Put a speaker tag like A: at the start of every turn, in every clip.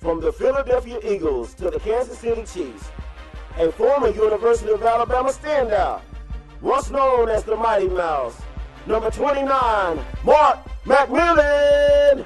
A: From the Philadelphia Eagles to the Kansas City Chiefs, a former University of Alabama standout, once known as the Mighty Mouse, number 29, Mark McMillan.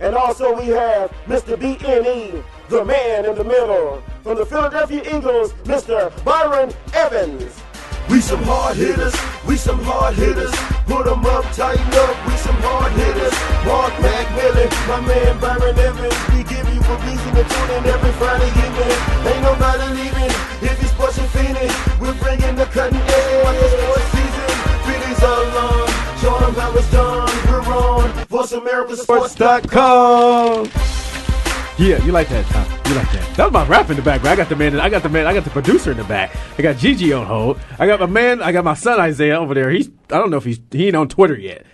A: And also we have Mr. BNE, E, the man in the middle. From the Philadelphia Eagles, Mr. Byron Evans.
B: We some hard hitters, we some hard hitters. Put 'em up, tighten up, we some hard hitters. Mark McMillan, my man Byron Evans. We give you a reason to tune in every Friday evening. Ain't nobody leaving if it's pushing finish. We're bringing the cutting edge. Watch the sports season, feelings all along. Show 'em how it's done. We're on VoiceAmericaSports.com.
C: Yeah, you like that, Tom. You like that. That was my rap in the background. I got the man. I got the man. I got the producer in the back. I got Gigi on hold. I got my man. I got my son Isaiah over there. He's. I don't know if he's. He ain't on Twitter yet.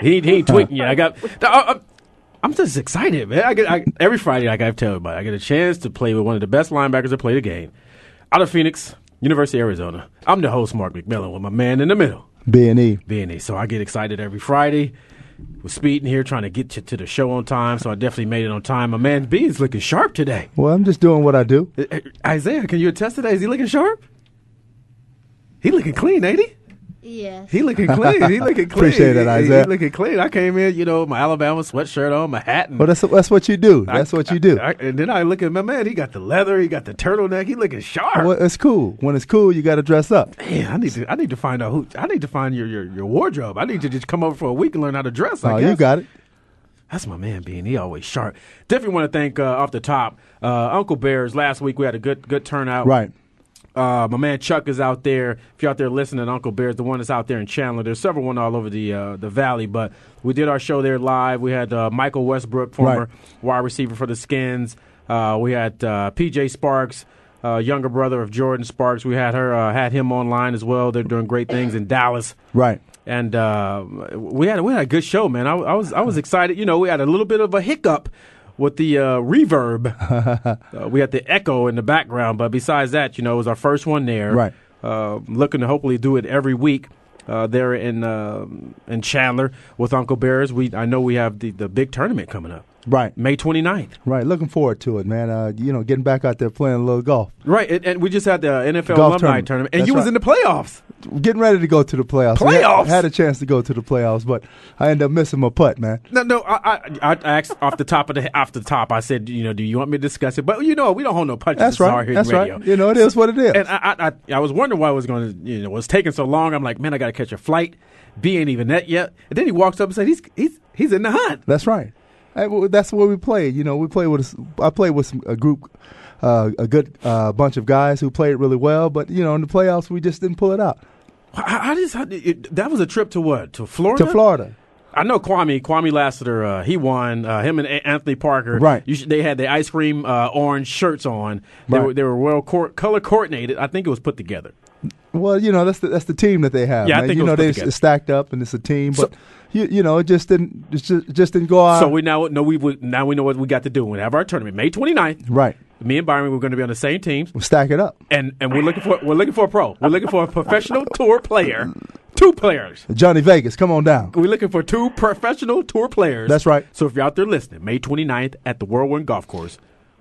C: He, he ain't tweeting yet. I got. I, am just excited, man. I get I, every Friday. Like I've told everybody, I get a chance to play with one of the best linebackers that play the game, out of Phoenix, University of Arizona. I'm the host, Mark McMillan, with my man in the middle.
D: B and E.
C: Benny. So I get excited every Friday. We're speeding here, trying to get you to the show on time. So I definitely made it on time. My man B is looking sharp today.
D: Well, I'm just doing what I do.
C: Uh, uh, Isaiah, can you attest to that? Is he looking sharp? He looking clean, ain't he?
E: Yes.
C: He looking clean. He looking clean.
D: Appreciate that,
C: He- He,
D: Isaiah.
C: looking clean. I came in, you know, my Alabama sweatshirt on, my hat, and
D: Well, that's that's what you do.
C: Hmm. I-
D: That's what you do.
C: I- I- and then I look at my man. He got the leather. He got the turtleneck. He looking sharp.
D: Well, it's cool. When it's cool, you got to dress up.
C: Man, I need to. I need to find out who. I need to find your, your your wardrobe. I need to just come over for a week and learn how to dress. I
D: Oh,
C: guess.
D: you got it.
C: That's my man, being he always sharp. Definitely want to thank uh, off the top uh, Uncle Bears. Last week we had a good good turnout.
D: Right.
C: Uh, my man Chuck is out there. If you're out there listening, Uncle Bears, the one that's out there in Chandler. There's several one all over the uh, the valley, but we did our show there live. We had uh, Michael Westbrook, former
D: Right.
C: wide receiver for the Skins. Uh, we had uh, PJ Sparks, uh, younger brother of Jordan Sparks. We had her uh, had him online as well. They're doing great things in Dallas
D: Right.
C: and uh, we had we had a good show, man. I, I was I was excited. You know, we had a little bit of a hiccup with the uh, reverb. uh, we had the echo in the background, but besides that, you know, it was our first one there.
D: Right.
C: Uh, looking to hopefully do it every week. Uh, there in uh, in Chandler with Uncle Bears, we I know we have the, the big tournament coming up
D: Right.
C: May 29th.
D: Right. Looking forward to it, man. Uh, you know, getting back out there playing a little golf.
C: Right, and, and we just had the NFL
D: Golf
C: alumni tournament,
D: tournament.
C: and
D: That's
C: you was
D: right.
C: in the playoffs.
D: Getting ready to go to the playoffs. We had-
C: Playoffs?
D: had a chance to go to the playoffs, but I ended up missing my putt, man.
C: No, no. I, I, I asked off the top of the off the top. I said, you know, do you want me to discuss it? But you know, we don't hold no punches.
D: That's
C: This is our
D: right.
C: hidden
D: That's
C: radio.
D: right. You know, it is what it is.
C: And I, I, I, I was wondering why it was going to, you know, was taking so long. I'm like, man, I got to catch a flight. B ain't even that yet. And then he walks up and said, he's he's he's in the hunt.
D: That's right. I- well, that's where we played. You know, we played with. a s- I played with some, a group, uh, a good uh, bunch of guys who played really well. But you know, in the playoffs, we just didn't pull it out
C: I, I just how did it, that was a trip to what to Florida.
D: to Florida.
C: I know Kwame Kwame Lassiter. Uh, he won. Uh, him and A- Anthony Parker.
D: Right.
C: You should, they had the ice cream uh, orange shirts on. They
D: Right.
C: were they were well cor- color coordinated. I think it was put together.
D: Well, you know, that's the, that's the team that they have.
C: Yeah, I
D: man.
C: think it
D: you
C: was
D: know
C: put
D: they
C: together.
D: s- stacked up and it's a team,
C: So-
D: but you, you know, it just didn't it just, just didn't go out.
C: So we now know we would- now we know what we got to do. We have our tournament May 29th.
D: right,
C: Me and Byron we're going to be on the same teams,
D: we stack it up.
C: and and we're looking for we're looking for a pro. We're looking for a professional tour player, two players.
D: Johnny Vegas, come on down.
C: We're looking for two professional tour players.
D: That's right.
C: So if you're out there listening, May 29th at the Whirlwind Golf Course,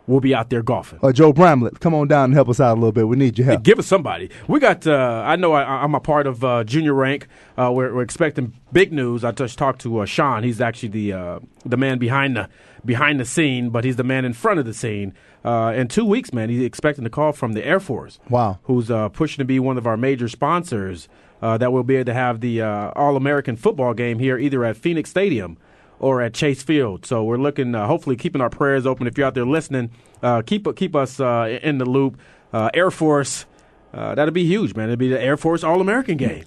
C: we'll be out there golfing.
D: Or Joe Bramlett, come on down and help us out a little bit. We need your help.
C: Give us somebody. We got. Uh, I know. I, I'm a part of uh, junior rank. Uh, we're, we're expecting big news. I just talked to uh, Sean. He's actually the uh, the man behind the behind the scene, but he's the man in front of the scene. Uh, in two weeks, man, he's expecting a call from the Air Force.
D: Wow.
C: Who's uh, pushing to be one of our major sponsors? Uh, that will be able to have the uh, All American football game here, either at Phoenix Stadium or at Chase Field. So we're looking, uh, hopefully, keeping our prayers open. If you're out there listening, uh, keep keep us uh, in the loop. Uh, Air Force, uh, that'll be huge, man. It'll be the Air Force All American game.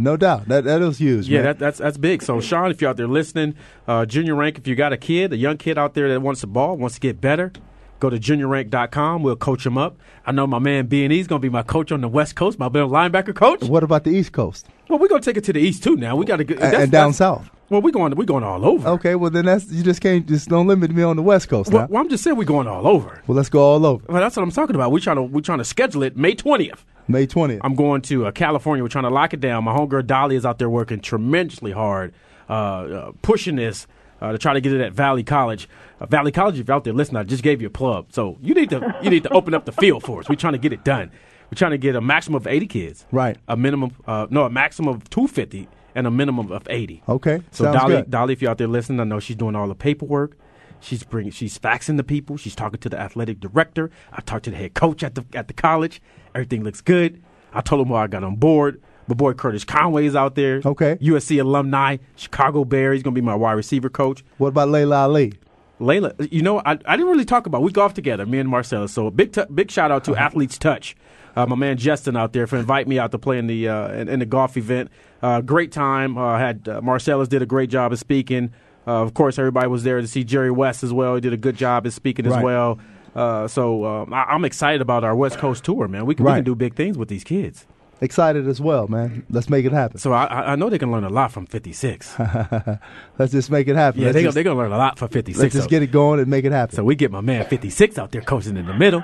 D: no doubt. That that is huge.
C: Yeah,
D: man.
C: that, that's that's big. So, Sean, if you're out there listening, uh, Junior Rank, if you got a kid, a young kid out there that wants the ball, wants to get better, go to juniorrank.com. We'll coach him up. I know my man B and E's going to be my coach on the West Coast, my middle linebacker coach.
D: what about the East Coast
C: Well, we're going to take it to the East too. Now we got to get
D: and,
C: that's-
D: and down
C: that's-
D: south?
C: Well, we're going we're going all over.
D: Okay, well then that's you just can't just don't limit me on the West Coast now.
C: Well, well, I'm just saying we're going all over.
D: Well, let's go all over.
C: Well, that's what I'm talking about. We're trying to we're trying to schedule it May 20th.
D: May 20th.
C: I'm going to uh, California. We're trying to lock it down. My homegirl Dolly is out there working tremendously hard, uh, uh, pushing this uh, to try to get it at Valley College. Uh, Valley College, if you're out there listening, I just gave you a plug. So you need to you need to open up the field for us. We're trying to get it done. We're trying to get a maximum of 80 kids.
D: Right.
C: A minimum, uh, no, a maximum of 250 and a minimum of 80.
D: Okay,
C: So
D: sounds
C: Dolly,
D: good.
C: Dolly, if you're out there listening, I know she's doing all the paperwork. She's bringing, she's faxing the people. She's talking to the athletic director. I talked to the head coach at the at the college. Everything looks good. I told him why I got on board. My boy Curtis Conway's out there.
D: Okay.
C: USC alumni, Chicago Bear. He's gonna be my wide receiver coach.
D: what about Layla Ali?
C: Layla, you know, I, I didn't really talk about. We golfed together, me and Marcella. So big, t- big shout out to Athletes Touch, uh, my man Justin out there for inviting me out to play in the uh, in, in the golf event. Uh, great time. Uh, had uh, Marcella's did a great job of speaking. Uh, of course, everybody was there to see Jerry West as well. He did a good job of speaking as
D: Right.
C: well. Uh, so um, I, I'm excited about our West Coast tour, man. We can, we
D: Right.
C: can do big things with these kids.
D: Excited as well, man. Let's make it happen.
C: So I- I, I know they can learn a lot from 56.
D: Let's just make it happen.
C: yeah,
D: let's
C: they're
D: just,
C: they gonna learn a lot from 56.
D: let's just
C: though.
D: get it going and make it happen.
C: So we get my man 56 out there coaching in the middle.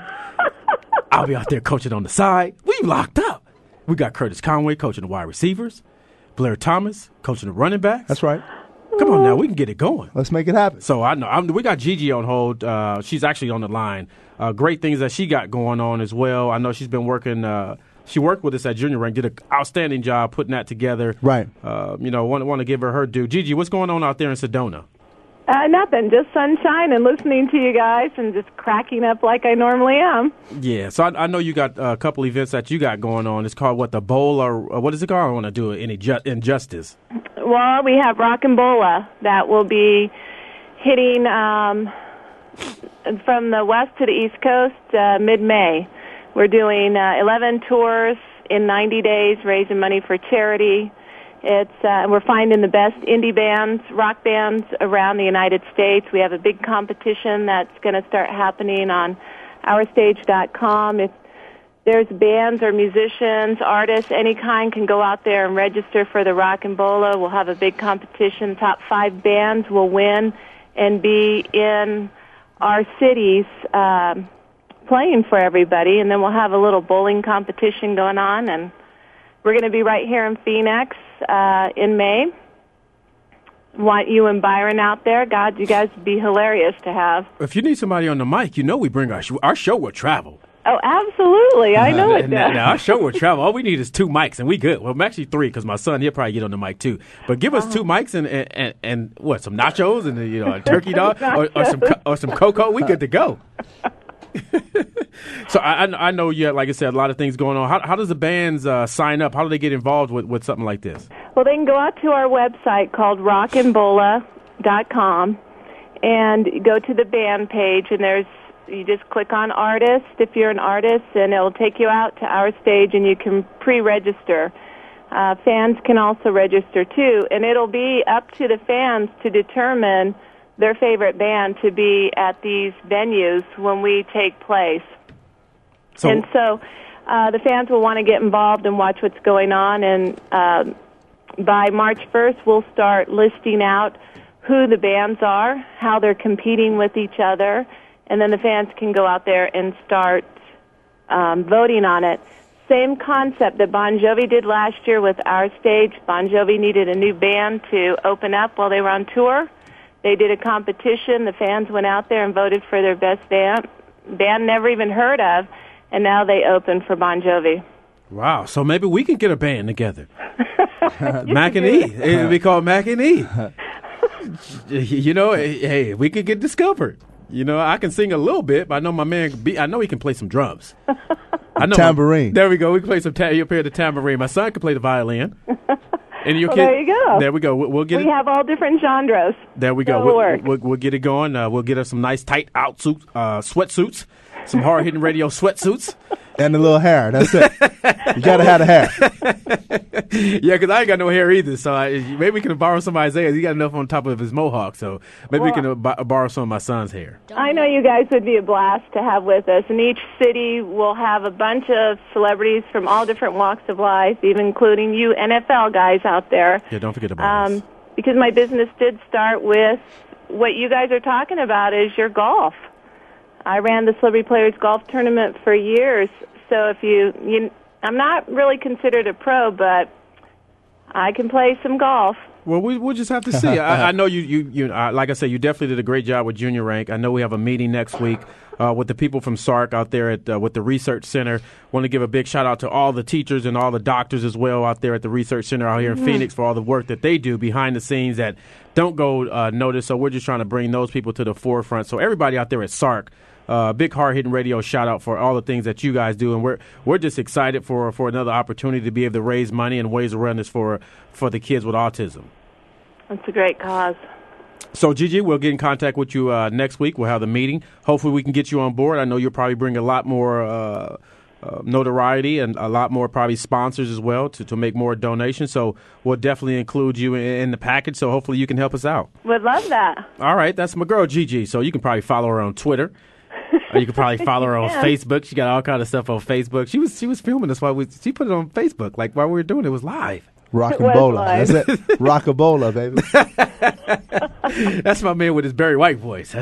C: I'll be out there coaching on the side. We locked up. We got Curtis Conway coaching the wide receivers, Blair Thomas coaching the running backs.
D: That's right.
C: Come on now, we can get it going.
D: Let's make it happen.
C: So I know I'm, we got Gigi on hold. Uh, she's actually on the line. Uh, great things that she got going on as well. I know she's been working. Uh, she worked with us at Junior Rank. Did an outstanding job putting that together.
D: Right.
C: Uh, you know, want want to give her her due. Gigi, what's going on out there in Sedona?
E: Uh, nothing, just sunshine and listening to you guys and just cracking up like I normally am.
C: Yeah, so I, I know you got uh, a couple events that you got going on. It's called what the bowl or uh, what is it called? I don't want to do any ju- injustice.
E: Well, we have Rock and Bola that will be hitting um, from the west to the east coast uh, mid May. We're doing uh, 11 tours in 90 days, raising money for charity. It's uh, and we're finding the best indie bands, rock bands around the United States. We have a big competition that's going to start happening on ourstage.com. It's there's bands or musicians, artists, any kind can go out there and register for the Rock and Bola. We'll have a big competition. Top five bands will win and be in our cities um, playing for everybody. And then we'll have a little bowling competition going on. And we're going to be right here in Phoenix uh, in May. Want you and Byron out there. God, you guys would be hilarious to have.
C: If you need somebody on the mic, you know we bring our sh- our show will travel.
E: Oh, absolutely. I know it
C: Uh, And now-
E: does.
C: now our show will travel. All we need is two mics, and we good. Well, actually three because my son he'll probably get on the mic too. But give
E: Uh-huh.
C: us two mics and and, and, and what some nachos and you know a turkey dog or, or some co- or some cocoa. We good to go. so I, I I know you had, like I said a lot of things going on. How, how does the bands uh, sign up? How do they get involved with, with something like this?
E: Well, they can go out to our website called rockandbola.com and go to the band page, and there's you just click on artist if you're an artist, and it'll take you out to our stage, and you can pre-register. Uh, fans can also register too, and it'll be up to the fans to determine their favorite band to be at these venues when we take place.
C: So
E: And so uh, the fans will want to get involved and watch what's going on. And um by March 1st, we'll start listing out who the bands are, how they're competing with each other, and then the fans can go out there and start um, voting on it. Same concept that Bon Jovi did last year with our stage. Bon Jovi needed a new band to open up while they were on tour. They did a competition. The fans went out there and voted for their best band, band never even heard of, and now they open for Bon Jovi.
C: Wow. So maybe we can get a band together. Mac and E. It'll be called Mac and E. you know, eh, hey, we could get discovered. You know, I can sing a little bit, but I know my man. B, I know he can play some drums. I know my-
D: Tambourine.
C: there we go. We can play some. Ta- you play the tambourine. My son can play the violin. And your
E: Well,
C: kid,
E: there you go.
C: There we go. We'll, we'll get
E: We
C: it.
E: have all different genres.
C: There we go.
E: That'll
C: We'll,
E: work.
C: we'll, we'll get it going. Uh, we'll get us some nice tight out suits, uh, sweatsuits, some hard hitting radio sweatsuits.
D: and a little hair. That's it. you gotta have the hair.
C: Yeah, because I ain't got no hair either. So I, maybe we can borrow some of Isaiah's. He got enough on top of his mohawk. So maybe we can uh, b- borrow some of my son's hair.
E: I know you guys would be a blast to have with us. In each city, we'll have a bunch of celebrities from all different walks of life, even including you NFL guys out there.
C: Yeah, don't forget about
E: Um,
C: us.
E: because my business did start with what you guys are talking about is your golf. I ran the Celebrity Players Golf Tournament for years. So if you, you I'm not really considered a pro, but I can play some golf.
C: Well, we, we'll just have to see. I, I know you, you, you uh, like I said, you definitely did a great job with Junior Rank. I know we have a meeting next week uh, with the people from SARC out there at uh, with the Research Center. Want to give a big shout out to all the teachers and all the doctors as well out there at the Research Center out here in Phoenix for all the work that they do behind the scenes that don't go uh, noticed. So we're just trying to bring those people to the forefront. So everybody out there at SARC. Uh, big hard hitting radio shout out for all the things that you guys do, and we're we're just excited for for another opportunity to be able to raise money and ways around this for for the kids with autism.
E: It's a great cause.
C: So, Gigi, we'll get in contact with you uh, next week. We'll have the meeting. Hopefully, we can get you on board. I know you'll probably bring a lot more uh, uh, notoriety and a lot more probably sponsors as well to, to make more donations. So, we'll definitely include you in, in the package. So, hopefully, you can help us out.
E: Would love that.
C: All right, that's my girl, Gigi. So, you can probably follow her on Twitter. Or you can probably follow her on
E: Yeah.
C: Facebook. She got all kind of stuff on Facebook. She was she was filming us while we she put it on Facebook. Like while we were doing it, it was live.
D: Rock and
E: was
D: bola.
E: live.
D: That's it. Rockabola, baby.
C: That's my man with his Barry White voice.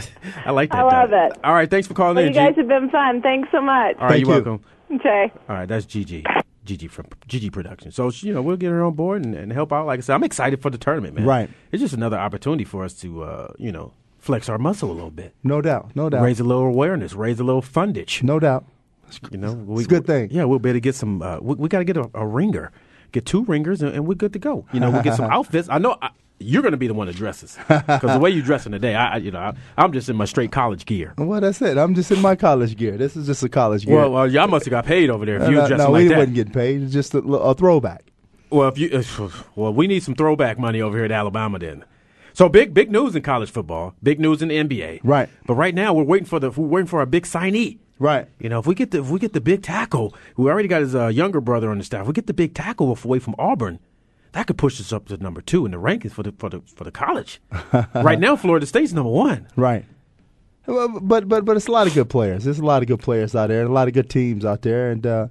C: I like that.
E: I love
C: dog.
E: it.
C: All right, thanks for calling
E: Well,
C: in.
E: you guys
C: Gigi.
E: have been fun. Thanks so much.
C: Oh, All right,
D: Thank
C: you're
D: you.
C: welcome.
E: Okay.
C: All right, that's Gigi. Gigi from Gigi Productions. So you know we'll get her on board and, and help out. Like I said, I'm excited for the tournament, man.
D: Right.
C: It's just another opportunity for us to uh, you know flex our muscle a little bit,
D: No doubt. No doubt.
C: raise a little awareness, raise a little fundage.
D: No doubt.
C: You know, we,
D: a good thing.
C: Yeah, we'll be able to get some. Uh, we we got to get a, a ringer, get two ringers, and, and we're good to go. You know, we will get some outfits. I know I, you're going to be the one that dresses because the way you dressing today, I I- you know I, I'm just in my straight college gear.
D: Well, that's it. I'm just in my college gear. This is just a college gear.
C: Well, uh, y'all must have got paid over there if
D: no,
C: you were
D: no,
C: dressing
D: no,
C: like
D: we
C: that.
D: wasn't getting paid. It's just a, li- a throwback.
C: Well, if you uh, well, we need some throwback money over here at Alabama then. So big, big news in college football. Big news in the NBA.
D: Right.
C: But right now we're waiting for the we're waiting for our big signee.
D: Right.
C: You know, if we get the if we get the big tackle, we already got his uh, younger brother on the staff. We get the big tackle off- away from Auburn. That could push us up to number two in the rankings for the for the for the college. right now, Florida State's number one.
D: Right. Well, But but but it's a lot of good players. There's a lot of good players out there, and a lot of good teams out there, and uh,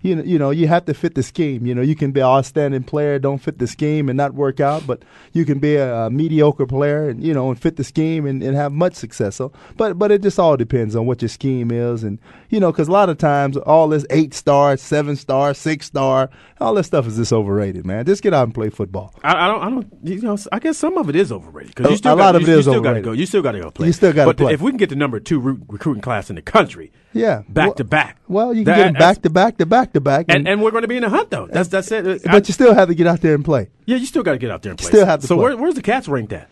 D: you know you know you have to fit the scheme. You know you can be an outstanding player, don't fit the scheme and not work out, but you can be a, a mediocre player and you know and fit the scheme and, and have much success. So, but but it just all depends on what your scheme is, and you know because a lot of times all this eight star, seven star, six star, all this stuff is just overrated, man. Just get out and play football.
C: I, I don't. I don't. You know. I guess some of it is overrated because you
D: A-
C: still
D: a
C: got,
D: lot of
C: you,
D: it
C: you
D: is
C: still
D: overrated.
C: Gotta go. You still got to go play.
D: You still gotta
C: But
D: play.
C: if we can get the number two re- recruiting class in the country,
D: Yeah,
C: back
D: Well-
C: to back.
D: Well, you can
C: That-
D: get them back to back to back to back,
C: And, and we're going to be in a hunt though. That's that's it. I-
D: but you still have to get out there and play.
C: yeah, you still got to get out there and play.
D: still have to
C: so
D: play.
C: Where, where's the cats ranked at?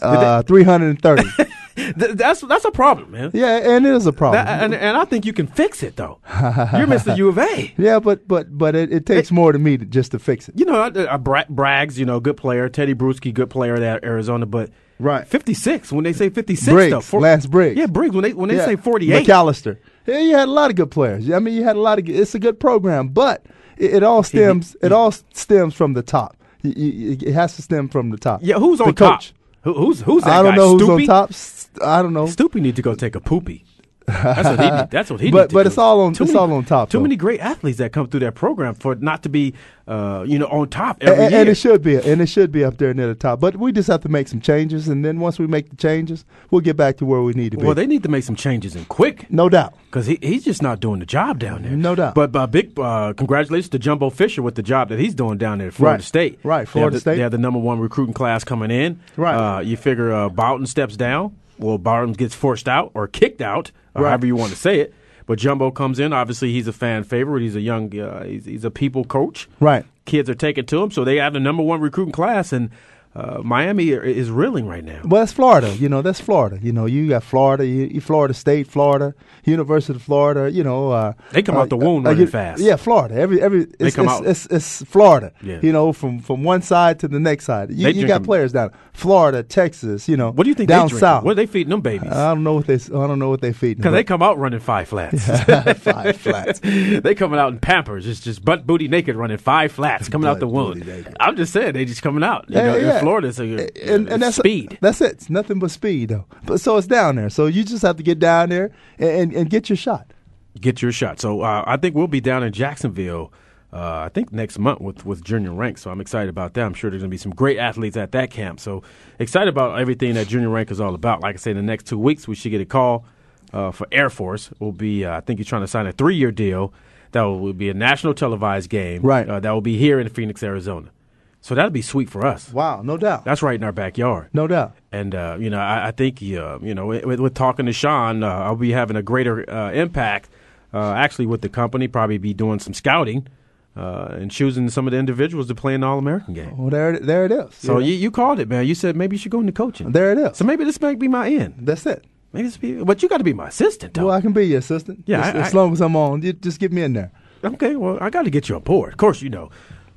D: Uh, three hundred and thirty.
C: Th- that's that's a problem, man.
D: Yeah, and it is a problem.
C: That- and, and I think you can fix it though. You're Mr. U of A.
D: yeah, but but but it, it takes more to me to, just to fix it.
C: You know, I, I bra- Braggs, you know, good player. Teddy Bruschi, good player at Arizona, but
D: Right.
C: 56. When they say 56,
D: Briggs,
C: though,
D: Lance Briggs.
C: Yeah, Briggs. When they when they
D: yeah.
C: say 48,
D: McAllister. Yeah, you had a lot of good players. I mean, you had a lot of. Good, it's a good program, but it, it all stems. It all stems from the top. You- you- It, has to stem from the top.
C: Yeah, who's
D: The
C: on top?
D: coach.
C: Who, who's who's that
D: I don't
C: guy?
D: know who's
C: Stoopy?
D: on top. S- I don't know.
C: Stoopy need to go take a poopy. That's what he. Need, that's what he.
D: But-
C: need to
D: but
C: do.
D: it's all on-
C: Too
D: it's all on top,
C: Too
D: though.
C: many great athletes that come through that program for it not to be, uh, you know, on top
D: A-
C: every
D: and,
C: year.
D: it should be, and it should be up there near the top. But we just have to make some changes, and then once we make the changes, we'll get back to where we need to be.
C: well, they need to make some changes and quick.
D: no doubt.
C: Because he, he's just not doing the job down there.
D: No doubt.
C: But uh, big uh, congratulations to Jumbo Fisher with the job that he's doing down there at Florida
D: Right.
C: State.
D: Right,
C: They have
D: Florida
C: the-
D: State.
C: They have the number one recruiting class coming in.
D: Right.
C: Uh, you figure uh, Bowden steps down. Well, Bowden gets forced out or kicked out, or
D: Right.
C: however you want to say it. But Jumbo comes in. Obviously, he's a fan favorite. He's a young, uh, he's, he's a people coach.
D: Right.
C: Kids are taking to him. So they have the number one recruiting class. And uh, Miami are- is reeling right now.
D: Well, that's Florida. You know, that's Florida. You know, you got Florida, you, you- Florida State, Florida, University of Florida. You know, uh,
C: They come
D: uh,
C: out the womb
D: uh,
C: running
D: you-
C: fast.
D: Yeah, Florida. Every every it's,
C: They come
D: it's,
C: out-
D: It's, it's Florida.
C: Yeah.
D: You know, from from one side to the next side. You,
C: They
D: you
C: drink
D: got
C: them.
D: players down Florida, Texas. You know,
C: What do you think
D: down
C: they drink?
D: south?
C: What are they feeding them babies?
D: I don't know what they. s- I don't know what they feed.
C: Because they come out running five flats.
D: five flats.
C: they coming out in Pampers, just just butt booty naked, running five flats, coming out
D: Butt
C: the
D: booty
C: wound.
D: naked.
C: I'm just saying they just coming out. You
D: Yeah,
C: know,
D: yeah.
C: in Florida, so you're,
D: and, and that's
C: speed.
D: That's it. It's nothing but speed, though. But so it's down there. So you just have to get down there and, and, and get your shot.
C: Get your shot. So uh, I think we'll be down in Jacksonville. Uh, I think next month with with junior rank, so I'm excited about that. I'm sure there's going to be some great athletes at that camp. So excited about everything that junior rank is all about. Like I say, in the next two weeks we should get a call uh, for Air Force. Will be uh, I think you're trying to sign a three year deal that will be a national televised game.
D: Right.
C: Uh, that will be here in Phoenix, Arizona. So that'll be sweet for us.
D: Wow, no doubt,
C: That's right in our backyard.
D: no doubt.
C: And uh, you know, I, I think uh, you know, with, with talking to Sean, uh, I'll be having a greater uh, impact. Uh, actually, with the company, probably be doing some scouting uh, and choosing some of the individuals to play in the All American game.
D: Well, there, it- there it is.
C: So
D: You know?
C: you, you called it, man. You said maybe you should go into coaching.
D: There it is.
C: So maybe this might be my end.
D: That's it.
C: Maybe this be, but you got to be my assistant, though.
D: Well, I can be your assistant.
C: Yeah,
D: as,
C: I-
D: as
C: I-
D: long as I'm on, you just get me in there.
C: Okay, well, I got to get you on board. Of course, you know.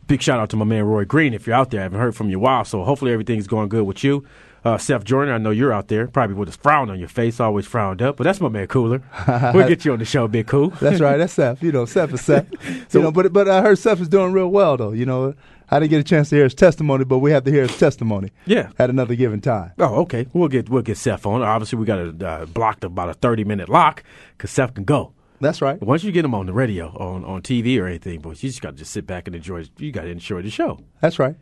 C: Big shout out to my man Roy Green. If you're out there, I haven't heard from you in a while, so hopefully everything's going good with you. Uh, Seth Jordan, I know you're out there, probably with a frown on your face, always frowned up, but that's my man Cooler. we'll get you on the show, Big Cool.
D: That's right. That's Seth. You know, Seth is Seth. you know, but but I heard Seth is doing real well though. You know, I didn't get a chance to hear his testimony, but we have to hear his testimony.
C: Yeah.
D: At another given time.
C: Oh, okay. We'll get we'll get Seth on. Obviously, we got a uh, blocked about a 30 minute lock because Seth can go.
D: That's right.
C: Once you get him on the radio, on, on TV or anything, boys, you just got to just sit back and enjoy. You got to enjoy the show.
D: That's right.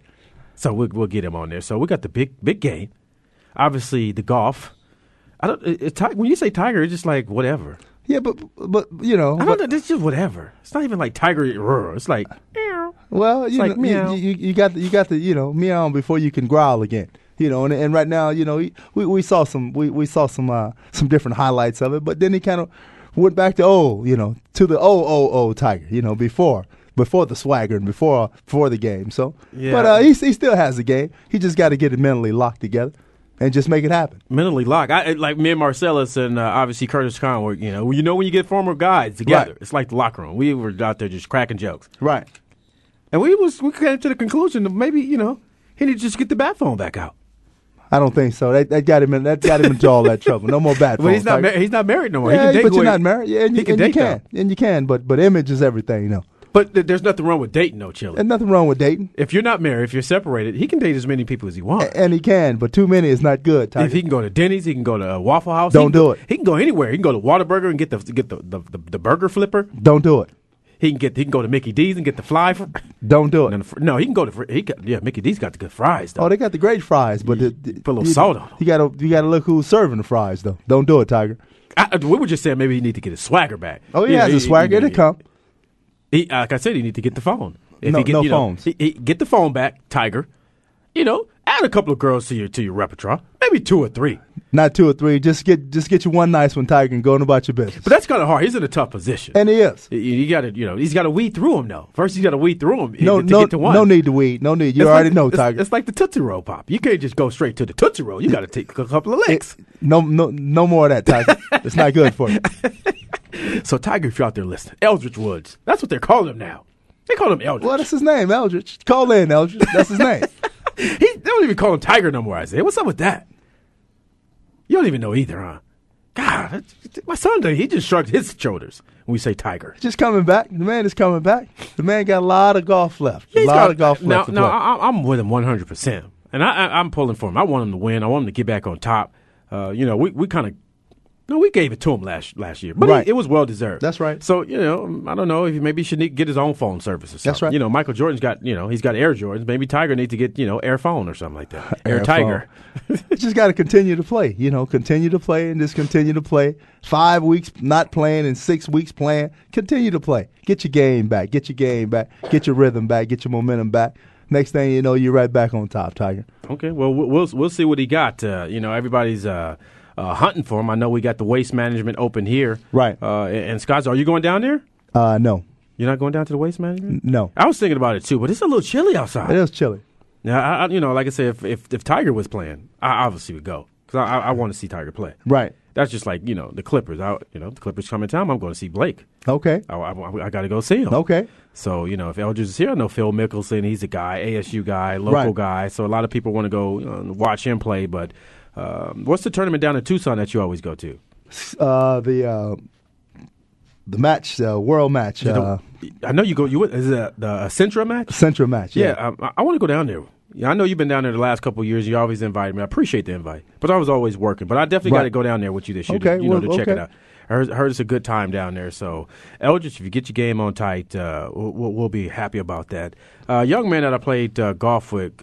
C: So we'll, we'll get him on there. So we got the big big game. Obviously the golf. I don't. It, it, Ti- when you say Tiger, it's just like whatever.
D: Yeah, but but you know,
C: I
D: but-
C: don't know. It's just whatever. It's not even like Tiger. roar. It's like meow.
D: Well, you,
C: like
D: know, you-
C: meow.
D: you, you got the, you got the you know meow before you can growl again. You know, and, and right now, you know, we, we saw some we, we saw some uh, some different highlights of it, but then he kind of went back to oh, you know, to the oh oh oh tiger, you know, before before the swagger and before before the game. So,
C: Yeah.
D: but uh, he he still has the game. He just got to get it mentally locked together and just make it happen.
C: mentally locked. I it- like me and Marcellus and uh, obviously Curtis Conway. You know, well, you know when you get former guys together,
D: Right.
C: it's like the locker room. We were out there just cracking jokes,
D: Right.
C: and we was we came to the conclusion that maybe you know he need to just get the bat phone back out.
D: I don't think so. That, that got him in, that got him into all that trouble. No more bad.
C: But he's
D: phones,
C: not
D: Tiger.
C: mar- he's not married no more.
D: Yeah,
C: he can date
D: but you're
C: whoever-
D: not married. Yeah, and
C: he
D: you,
C: can
D: and
C: date
D: you
C: though.
D: can. And you can, but but image is everything, you know.
C: But th- there's nothing wrong with dating, no children.
D: And nothing wrong with dating.
C: If you're not married, if you're separated, he can date as many people as he wants.
D: And he can, but too many is not good. Tiger.
C: If he can go to Denny's, he can go to uh, Waffle House.
D: Don't
C: he can
D: do
C: go-
D: it.
C: He can go anywhere. He can go to Whataburger and get the get the, the, the, the burger flipper.
D: Don't do it.
C: He can get he can go to Mickey D's and get the fly. Fr-
D: Don't do
C: no, the
D: it.
C: fr- no, he can go to fr- he got, yeah Mickey D's got the good fries though.
D: Oh, they got the great fries, but the, the-
C: Put a little
D: you-
C: salt on 'em.
D: You gotta, you gotta look who's serving the fries, though. Don't do it, Tiger.
C: I, I- we were just saying maybe he need to get his swagger back.
D: Oh, he
C: You know,
D: has a swagger.
C: you know,
D: It'll come.
C: He, uh, like I said, he need to get the phone. If
D: No-
C: he get,
D: no
C: you know,
D: phones.
C: he- he- get the phone back, Tiger. You know, add a couple of girls to your to your repertoire, maybe two or three.
D: Not two or three. Just get, just get you one nice one, Tiger, and go on about your business.
C: But that's kind of hard. He's in a tough position.
D: and he is.
C: You, you got to, you know, he's got to weed through him though. First, he's got to weed through him
D: No,
C: to
D: no,
C: get to one.
D: no need to weed. No need. You
C: It's
D: already
C: like-
D: know,
C: it's-
D: Tiger.
C: It's like the tootsie roll pop. You can't just go straight to the tootsie roll. You got to take a couple of licks.
D: no, no, no more of that, Tiger. it's not good for you.
C: So Tiger, if you're out there listening, Eldridge Woods. That's what they're calling him now. They call him Eldridge.
D: Well, that's his name, Eldridge. Call in, Eldridge. That's his name.
C: He, they don't even call him Tiger no more. Isaiah, what's up with that? You don't even know either, huh? God, that's- my son, he just shrugged his shoulders when we say Tiger.
D: Just coming back. The man is coming back. The man got a lot of golf left. a
C: He's
D: lot
C: got-
D: of golf
C: Now,
D: left. to
C: now
D: play.
C: I, I'm with him 100, percent and I, I, I'm pulling for him. I want him to win. I want him to get back on top. Uh, you know, we, we kind of. No, we gave it to him last last year, but
D: Right.
C: it, it was well deserved.
D: That's right.
C: So you know, I don't know if he maybe he should need, get his own phone service or something.
D: right.
C: You know, Michael Jordan's got you know he's got Air Jordans. Maybe Tiger needs to get you know Air Phone or something like that. Air,
D: Air
C: Tiger.
D: You just got to continue to play. You know, continue to play and just continue to play. Five weeks not playing and six weeks playing. Continue to play. Get your game back. Get your game back. Get your rhythm back. Get your momentum back. Next thing you know, you're right back on top, Tiger.
C: Okay, well we'll we'll- we'll see what he got. Uh, you know, everybody's uh, uh, hunting for him. I know we got the Waste Management Open here,
D: Right.
C: Uh, and, and Scott's, are you going down there?
D: Uh, no,
C: You're not going down to the waste management?
D: no,
C: I was thinking about it too, but it's a little chilly outside.
D: it is chilly.
C: Now, I, I, you know, like I said, if if, if Tiger was playing, I obviously would go because I, I, I want to see Tiger play.
D: Right.
C: That's just like you know the Clippers. I, you know, the Clippers come in town. I'm going to see Blake.
D: Okay.
C: I, got to go see him.
D: Okay.
C: So you know, if Eldridge is here, I know Phil Mickelson. He's a guy, ASU guy, local
D: Right.
C: guy. So a lot of people want to go you know, watch him play. But um, what's the tournament down in Tucson that you always go to?
D: Uh, the uh, the match, uh, world match, uh,
C: I know you go. You is it the Centra match?
D: Central match.
C: Yeah, um, I, I want to go down there. Yeah, I know you've been down there the last couple of years. You always invite me. I appreciate the invite, but I was always working. But I definitely
D: Right.
C: got to go down there with you this year.
D: Okay,
C: to, you know,
D: well,
C: to check it
D: okay.
C: out. I heard, I heard it's a good time down there. So, Eldridge, if you get your game on tight, uh, we'll, we'll- we'll be happy about that. Uh, young man that I played uh, golf with,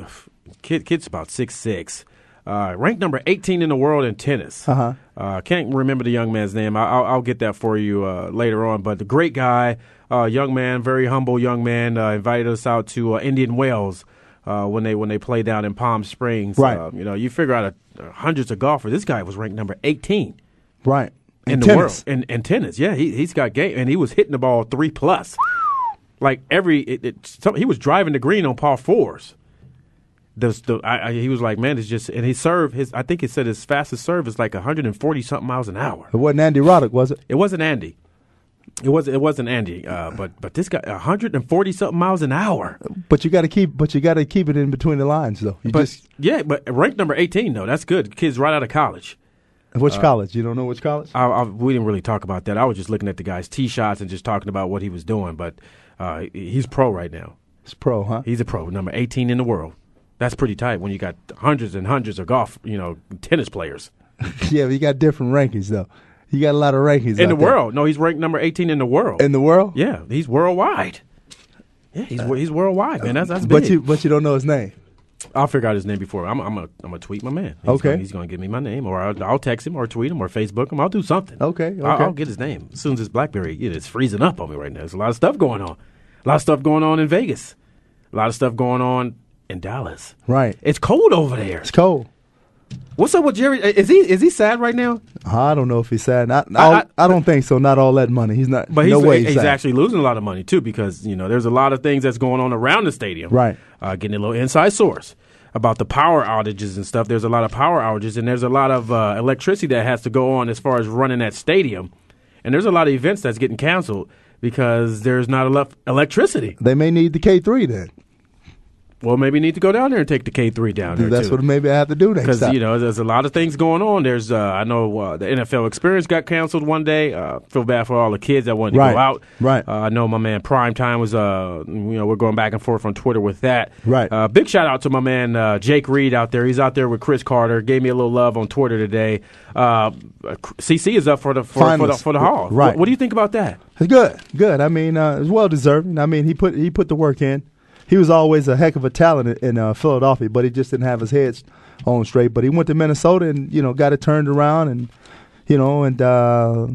C: kid, kid's about six six, uh, ranked number eighteen in the world in tennis.
D: Uh-huh.
C: Uh, can't remember the young man's name. I, I'll, I'll get that for you uh, later on. But the great guy, uh, young man, very humble young man, uh, invited us out to uh, Indian Wells uh, when they when they play down in Palm Springs.
D: Right.
C: Uh, you know, you figure out uh, hundreds of golfers. This guy was ranked number eighteen
D: Right.
C: in
D: And
C: the
D: tennis.
C: world in, in tennis. Yeah, he, he's got game, and he was hitting the ball three plus. like every, it, it, some, he was driving the green on par fours. The, the, I, I, he was like, man, it's just, and he served his. I think he said his fastest serve is like 140 something miles an hour.
D: It wasn't Andy Roddick, was it?
C: It wasn't Andy. It was it wasn't Andy, uh, but but this guy 140 something miles an hour.
D: But you got to keep, but you got to keep it in between the lines, though. You
C: But
D: just
C: yeah, but ranked number 18 though. That's good. Kids right out of college.
D: which college? You don't know which college?
C: Uh, I, I, we didn't really talk about that. I was just looking at the guy's tee shots and just talking about what he was doing. But uh, he- he's pro right now.
D: It's pro, huh?
C: He's a pro, number 18 in the world. That's pretty tight when you got hundreds and hundreds of golf, you know, tennis players
D: yeah, but you got different rankings though. You got a lot of rankings
C: in the
D: out there.
C: world. No, he's ranked number 18 in the world.
D: In the world, Uh,
C: yeah, he's worldwide. Yeah, he's wo- he's worldwide, man. That's that's big.
D: But you, but you don't know his name.
C: I'll figure out his name before. I'm I'm gonna I'm gonna tweet my man. He's
D: Okay.
C: gonna, he's gonna give me my name, or I'll, I'll text him, or tweet him, or Facebook him. I'll do something.
D: Okay,
C: I'll,
D: okay.
C: I'll get his name as soon as it's BlackBerry. It is freezing up on me right now. There's a lot of stuff going on. A lot of stuff going on in Vegas. A lot of stuff going on in Dallas.
D: Right.
C: It's cold over there.
D: It's cold.
C: What's up with Jerry? Uh, Is he is he sad right now?
D: I don't know if he's sad. Not,
C: I-
D: I, I don't think so. Not all that money. He's not.
C: But he's,
D: no way. He's,
C: he's
D: sad.
C: actually losing a lot of money too because you know there's a lot of things that's going on around the stadium.
D: Right.
C: Uh, getting a little inside source about the power outages and stuff. There's a lot of power outages and there's a lot of uh, electricity that has to go on as far as running that stadium. And there's a lot of events that's getting canceled because there's not enough electricity.
D: They may need the K three then.
C: Well, maybe you need to go down there and take the K3 down there.
D: That's
C: too.
D: what maybe I have to do next
C: because
D: time.
C: you know there's a lot of things going on. There's uh, I know uh, the NFL Experience got canceled one day. Uh, feel bad for all the kids that wanted to
D: Right,
C: go out.
D: right.
C: Uh, I know my man Prime Time was uh you know we're going back and forth on Twitter with that.
D: Right.
C: Uh, big shout out to my man uh, Jake Reed out there. He's out there with Chris Carter. Gave me a little love on Twitter today. Uh, CC is up for the for, for the
D: Finalist.
C: for the hall.
D: Right.
C: What, what do you think about that?
D: It's good, good. I mean, uh, it's well deserving. I mean, he put he put the work in. He was always a heck of a talent in- in uh, Philadelphia, but he just didn't have his head on straight. But he went to Minnesota and you know got it turned around, and you know, and uh,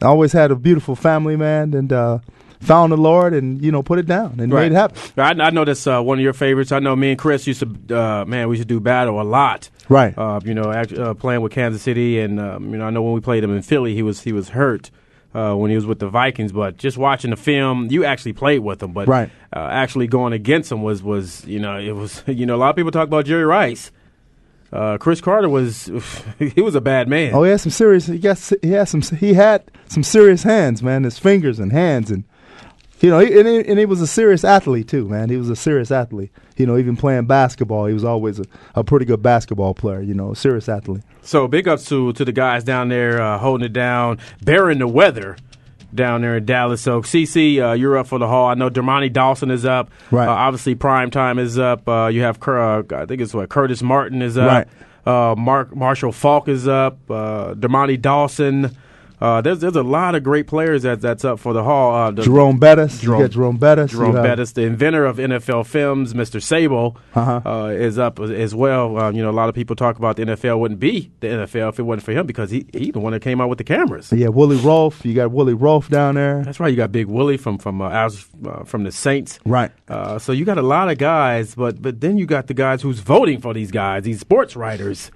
D: I always had a beautiful family, man, and uh, found the Lord, and you know, put it down and made it happen.
C: I, I know that's uh, one of your favorites. I know me and Chris used to, uh, man, we used to do battle a lot.
D: Right.
C: Uh, you know, act, uh, playing with Kansas City, and um, you know, I know when we played him in Philly, he was he was hurt uh, when he was with the Vikings. But just watching the film, you actually played with him, but
D: Right.
C: uh, actually going against him was was you know it was you know a lot of people talk about Jerry Rice. Uh, Chris Carter was he was a bad man.
D: Oh, he had some serious. He got. He had some. He had some serious hands, man. His fingers and hands, and you know, he, and, he, and he was a serious athlete too, man. He was a serious athlete. You know, even playing basketball, he was always a, a pretty good basketball player. You know, serious athlete.
C: So big ups to to the guys down there uh, holding it down, bearing the weather down there in Dallas. So CC, uh, you're up for the haul. I know Dermani Dawson is up.
D: Right.
C: Uh, obviously, prime time is up. Uh, you have Cur- uh, I think it's what Curtis Martin is up. Uh, Mark Marshall Falk is up. Uh, Dermani Dawson. Uh, there's there's a lot of great players that that's up for the haul. Uh, the-
D: Jerome Bettis.
C: Jerome-
D: you got Jerome Bettis. you
C: Jerome
D: got-
C: Bettis, the inventor of NFL films, Mr. Sable,
D: Uh-huh.
C: uh, is up as- as well. Um, you know, a lot of people talk about the NFL wouldn't be the NFL if it wasn't for him because he he the one that came out with the cameras.
D: Yeah, Willie Rolfe. You got Willie Rolfe down there.
C: That's right. You got Big Willie from from uh, Al's- uh, from the Saints,
D: Right.
C: Uh, so you got a lot of guys, but but then you got the guys who's voting for these guys, these sports writers.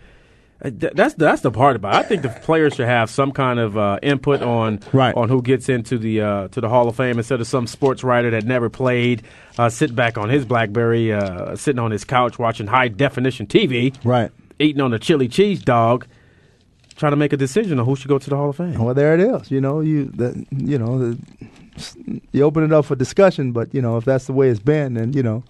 C: Uh, th- That's that's the part about. It. I think the players should have some kind of uh, input on
D: Right.
C: on who gets into the uh, to the Hall of Fame instead of some sports writer that never played, uh, sit back on his BlackBerry, uh, sitting on his couch watching high definition TV,
D: Right.
C: eating on a chili cheese dog, trying to make a decision on who should go to the Hall of Fame.
D: Well, there it is. You know, you the, you know, the, you open it up for discussion, but you know, if that's the way it's been, then you know,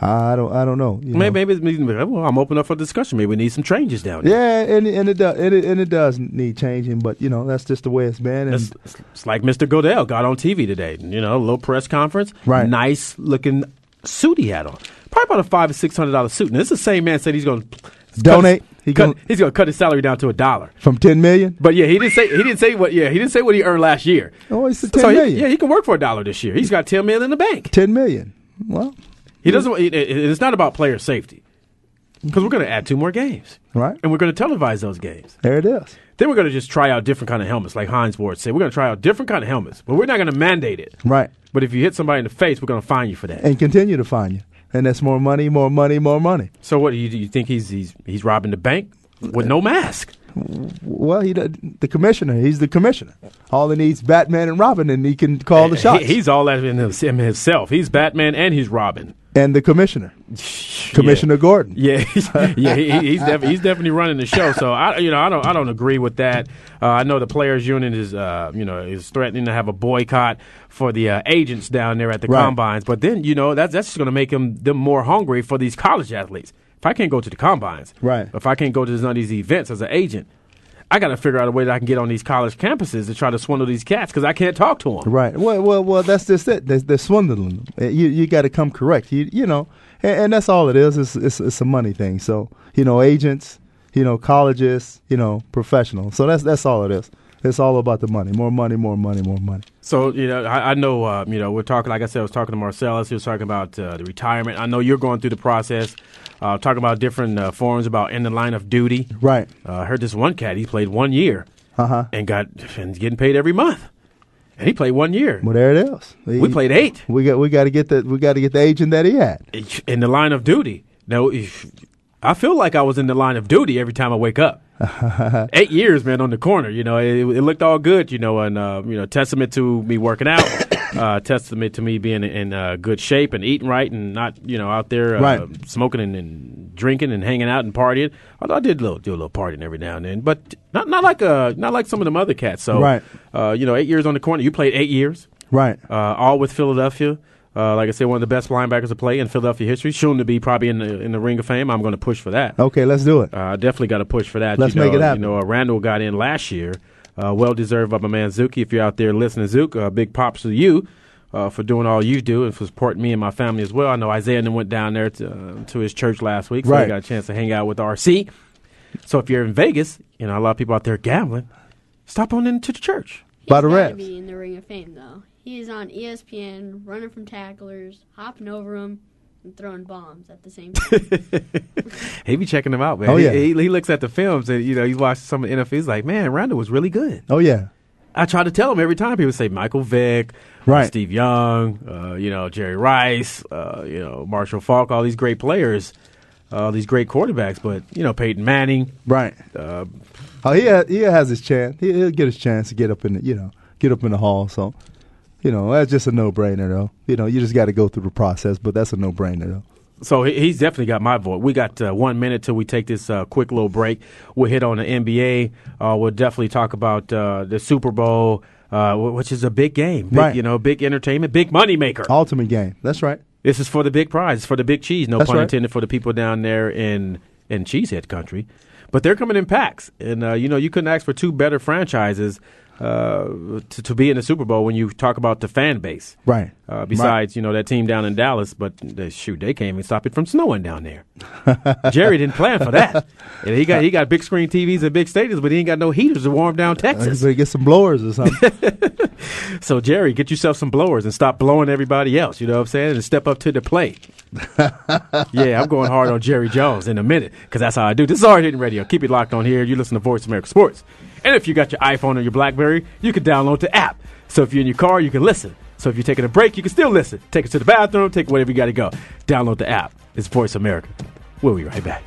D: I don't, I don't know. you know.
C: Maybe, maybe it's maybe- well, I'm open up for discussion. Maybe we need some changes down there.
D: Yeah, and and it does, and it, and it does need changing, but you know, that's just the way it's been. And
C: It's, it's like Mr. Godell got on TV today. You know, little press conference.
D: Right.
C: Nice looking suit he had on. Probably about a five or six hundred dollar suit. And this is the same man said he's going to
D: Donate. He
C: Cut,
D: gonna-
C: he's going to cut his salary down to a dollar.
D: from ten million,
C: But yeah, he didn't say he didn't say what. Yeah, he didn't say what he earned last year.
D: Oh, he said
C: So
D: 10
C: he-
D: million.
C: yeah, he can work for a dollar this year. He's got ten million in the bank.
D: ten million. Well,
C: He doesn't. It, it- it's not about player safety because we're going to add two more games,
D: Right.
C: And we're going to televise those games.
D: there it is.
C: Then we're going to just try out different kind of helmets, like Heinz Ward said. We're going to try out different kind of helmets, but we're not going to mandate it.
D: Right.
C: But if you hit somebody in the face, we're going to fine you for that.
D: And continue to find you, and that's more money, more money, more money.
C: So what do you, do you think he's he's he's robbing the bank with no mask?
D: Well, he did- the commissioner. He's the commissioner. All he needs Batman and Robin, and he can call the shots.
C: He- he's all that in his- him himself. He's Batman and he's Robin.
D: and the commissioner, Commissioner Gordon.
C: Yeah, yeah, he, he's def- he's definitely running the show. So I, you know, I don't I don't agree with that. Uh, I know the players' union is, uh, you know, is threatening to have a boycott for the uh, agents down there at the
D: Right.
C: combines. But then you know that's that's just going to make them them more hungry for these college athletes. If I can't go to the combines,
D: Right.
C: If I can't go to none of these events as an agent, I got to figure out a way that I can get on these college campuses to try to swindle these cats because I can't talk to them.
D: Right. Well, well, well. That's just it. They're, they're swindling. them. Uh, You you got to come correct. You you know, and, and that's all it is. It's, it's it's a money thing. So you know, agents, you know, colleges, you know, professionals. So that's that's all it is. It's all about the money. More money. More money. More money.
C: So you know, I, I know uh, you know we're talking. Like I said, I was talking to Marcellus. He was talking about uh, the retirement. I know you're going through the process, uh, talking about different uh, forums about in the line of duty.
D: Right. Uh-huh.
C: Uh, I heard this one cat. He played one year and got and getting paid every month, and he played one year.
D: Well, there it is.
C: We played eight
D: We got we got to get the we got to get the agent that he had.
C: in the line of duty. Now, if- I feel like I was in the line of duty every time I wake up. Eight years, man, on the corner. You know, it, it looked all good. You know, and uh, you know, testament to me working out, uh, testament to me being in uh, good shape and eating right, and not you know out there uh,
D: Right.
C: smoking and, and drinking and hanging out and partying. Although I did a little, do a little partying every now and then, but not not like uh not like some of them other cats. So,
D: Right.
C: uh, you know, eight years on the corner. You played eight years
D: Right.
C: uh, all with Philadelphia. Uh, like I said, one of the best linebackers to play in Philadelphia history. Soon to be probably in the in the Ring of Fame. I'm going to push for that.
D: Okay. Let's do it.
C: Uh, I definitely got to push for that.
D: Let's
C: you know,
D: make it happen.
C: You know, uh, Randall got in last year. Uh, well deserved by my man Zuki. If you're out there listening, Zook, uh, big props to you uh, for doing all you do and for supporting me and my family as well. I know Isaiah then went down there to, uh, to his church last week, so
D: Right.
C: he got a chance to hang out with RC. So if you're in Vegas, you know a lot of people out there gambling. Stop on into the church.
D: By the
F: He's got to
D: refs.
F: be in the Ring of Fame though. He is on E ESPN, running from tacklers, hopping over them, and throwing bombs at the same time.
C: He be checking them out, man.
D: Oh, yeah.
C: he, he, he looks at the films and you know he watched some of the NFL. He's like, man, Randall was really good.
D: Oh yeah.
C: I try to tell him every time. People say Michael Vick,
D: Right.
C: Steve Young, uh, you know Jerry Rice, uh, you know Marshall Falk, all these great players, uh, these great quarterbacks. But you know Peyton Manning,
D: Right.
C: uh,
D: Oh, he ha- he has his chance. He, he'll get his chance to get up in the you know get up in the hall. So, you know that's just a no brainer though. You know you just got to go through the process, but that's a no brainer though.
C: So he- he's definitely got my vote. We got uh, one minute till we take this uh, quick little break. We'll hit on the NBA. Uh, we'll definitely talk about uh, the Super Bowl, uh, wh- which is a big game. Big,
D: Right.
C: You know, big entertainment, big money maker.
D: Ultimate game. That's right.
C: This is for the big prize, for the big cheese. No
D: That's
C: pun
D: right.
C: intended for the people down there in in cheesehead country, but they're coming in packs, and uh, you know you couldn't ask for two better franchises uh, to, to be in the Super Bowl when you talk about the fan base.
D: Right.
C: Uh,
D: Right.
C: besides, you know that team down in Dallas, but uh, shoot, they can't even stop it from snowing down there. Jerry didn't plan for that. And he got he got big screen TVs and big stadiums, but he ain't got no heaters to warm down Texas.
D: So you get some blowers or something.
C: So Jerry, get yourself some blowers and stop blowing everybody else. You know what I'm saying? And step up to the plate. yeah, I'm going hard on Jerry Jones in a minute because that's how I do. This is Hard Hitting Radio. Keep it locked on here. You listen to Voice America Sports. And if you got your iPhone or your BlackBerry, you can download the app. So if you're in your car, you can listen. So if you're taking a break, you can still listen. Take it to the bathroom. Take whatever you got to go. Download the app. It's Voice America. We'll be right back.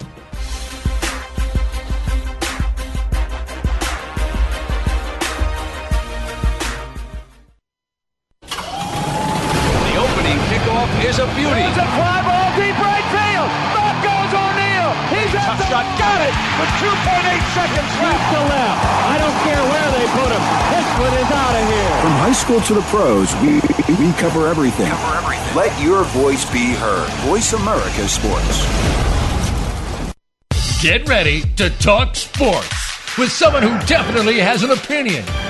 G: high school to the pros, we, we cover everything. Let your voice be heard. Voice America Sports.
H: Get ready to talk sports with someone who definitely has an opinion,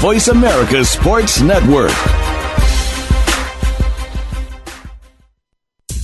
I: Voice America Sports Network.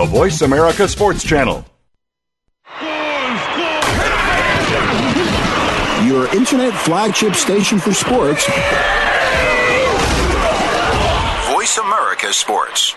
J: Voice America Sports Channel.
G: Your internet flagship station for sports. Voice America Sports.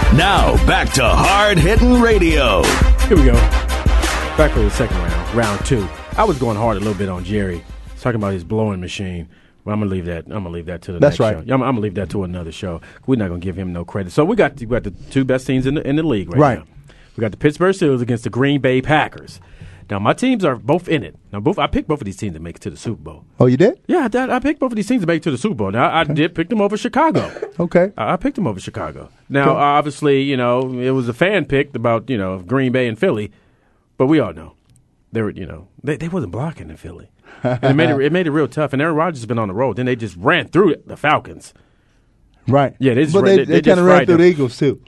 I: Now back to Hard Hittin' Radio.
C: Here we go. Back for the second round, round two. I was going hard a little bit on Jerry, talking about his blowing machine. But I'm gonna leave that. I'm gonna leave that to the
D: That's right.
C: next show. Yeah, I'm, I'm gonna leave that to another show. We're not gonna give him no credit. So we got we got the two best teams in the in the league right,
D: Right.
C: now. We got the Pittsburgh Steelers against the Green Bay Packers. Now my teams are both in it. Now both I picked both of these teams to make it to the Super Bowl.
D: Oh, you did?
C: Yeah, I, did- I picked both of these teams to make it to the Super Bowl. Now I did pick them over Chicago.
D: Okay.
C: I I picked him over Chicago. Now, obviously, you know, it was a fan pick about, you know, Green Bay and Philly, but we all know. They were, you know, they, they wasn't blocking in Philly. And it made it it made it real tough. And Aaron Rodgers has been on the road. Then they just ran through the Falcons.
D: Right.
C: Yeah, they just
D: but
C: ran-
D: they, they,
C: they- they just
D: kind of
C: fried
D: ran through
C: them.
D: the Eagles too.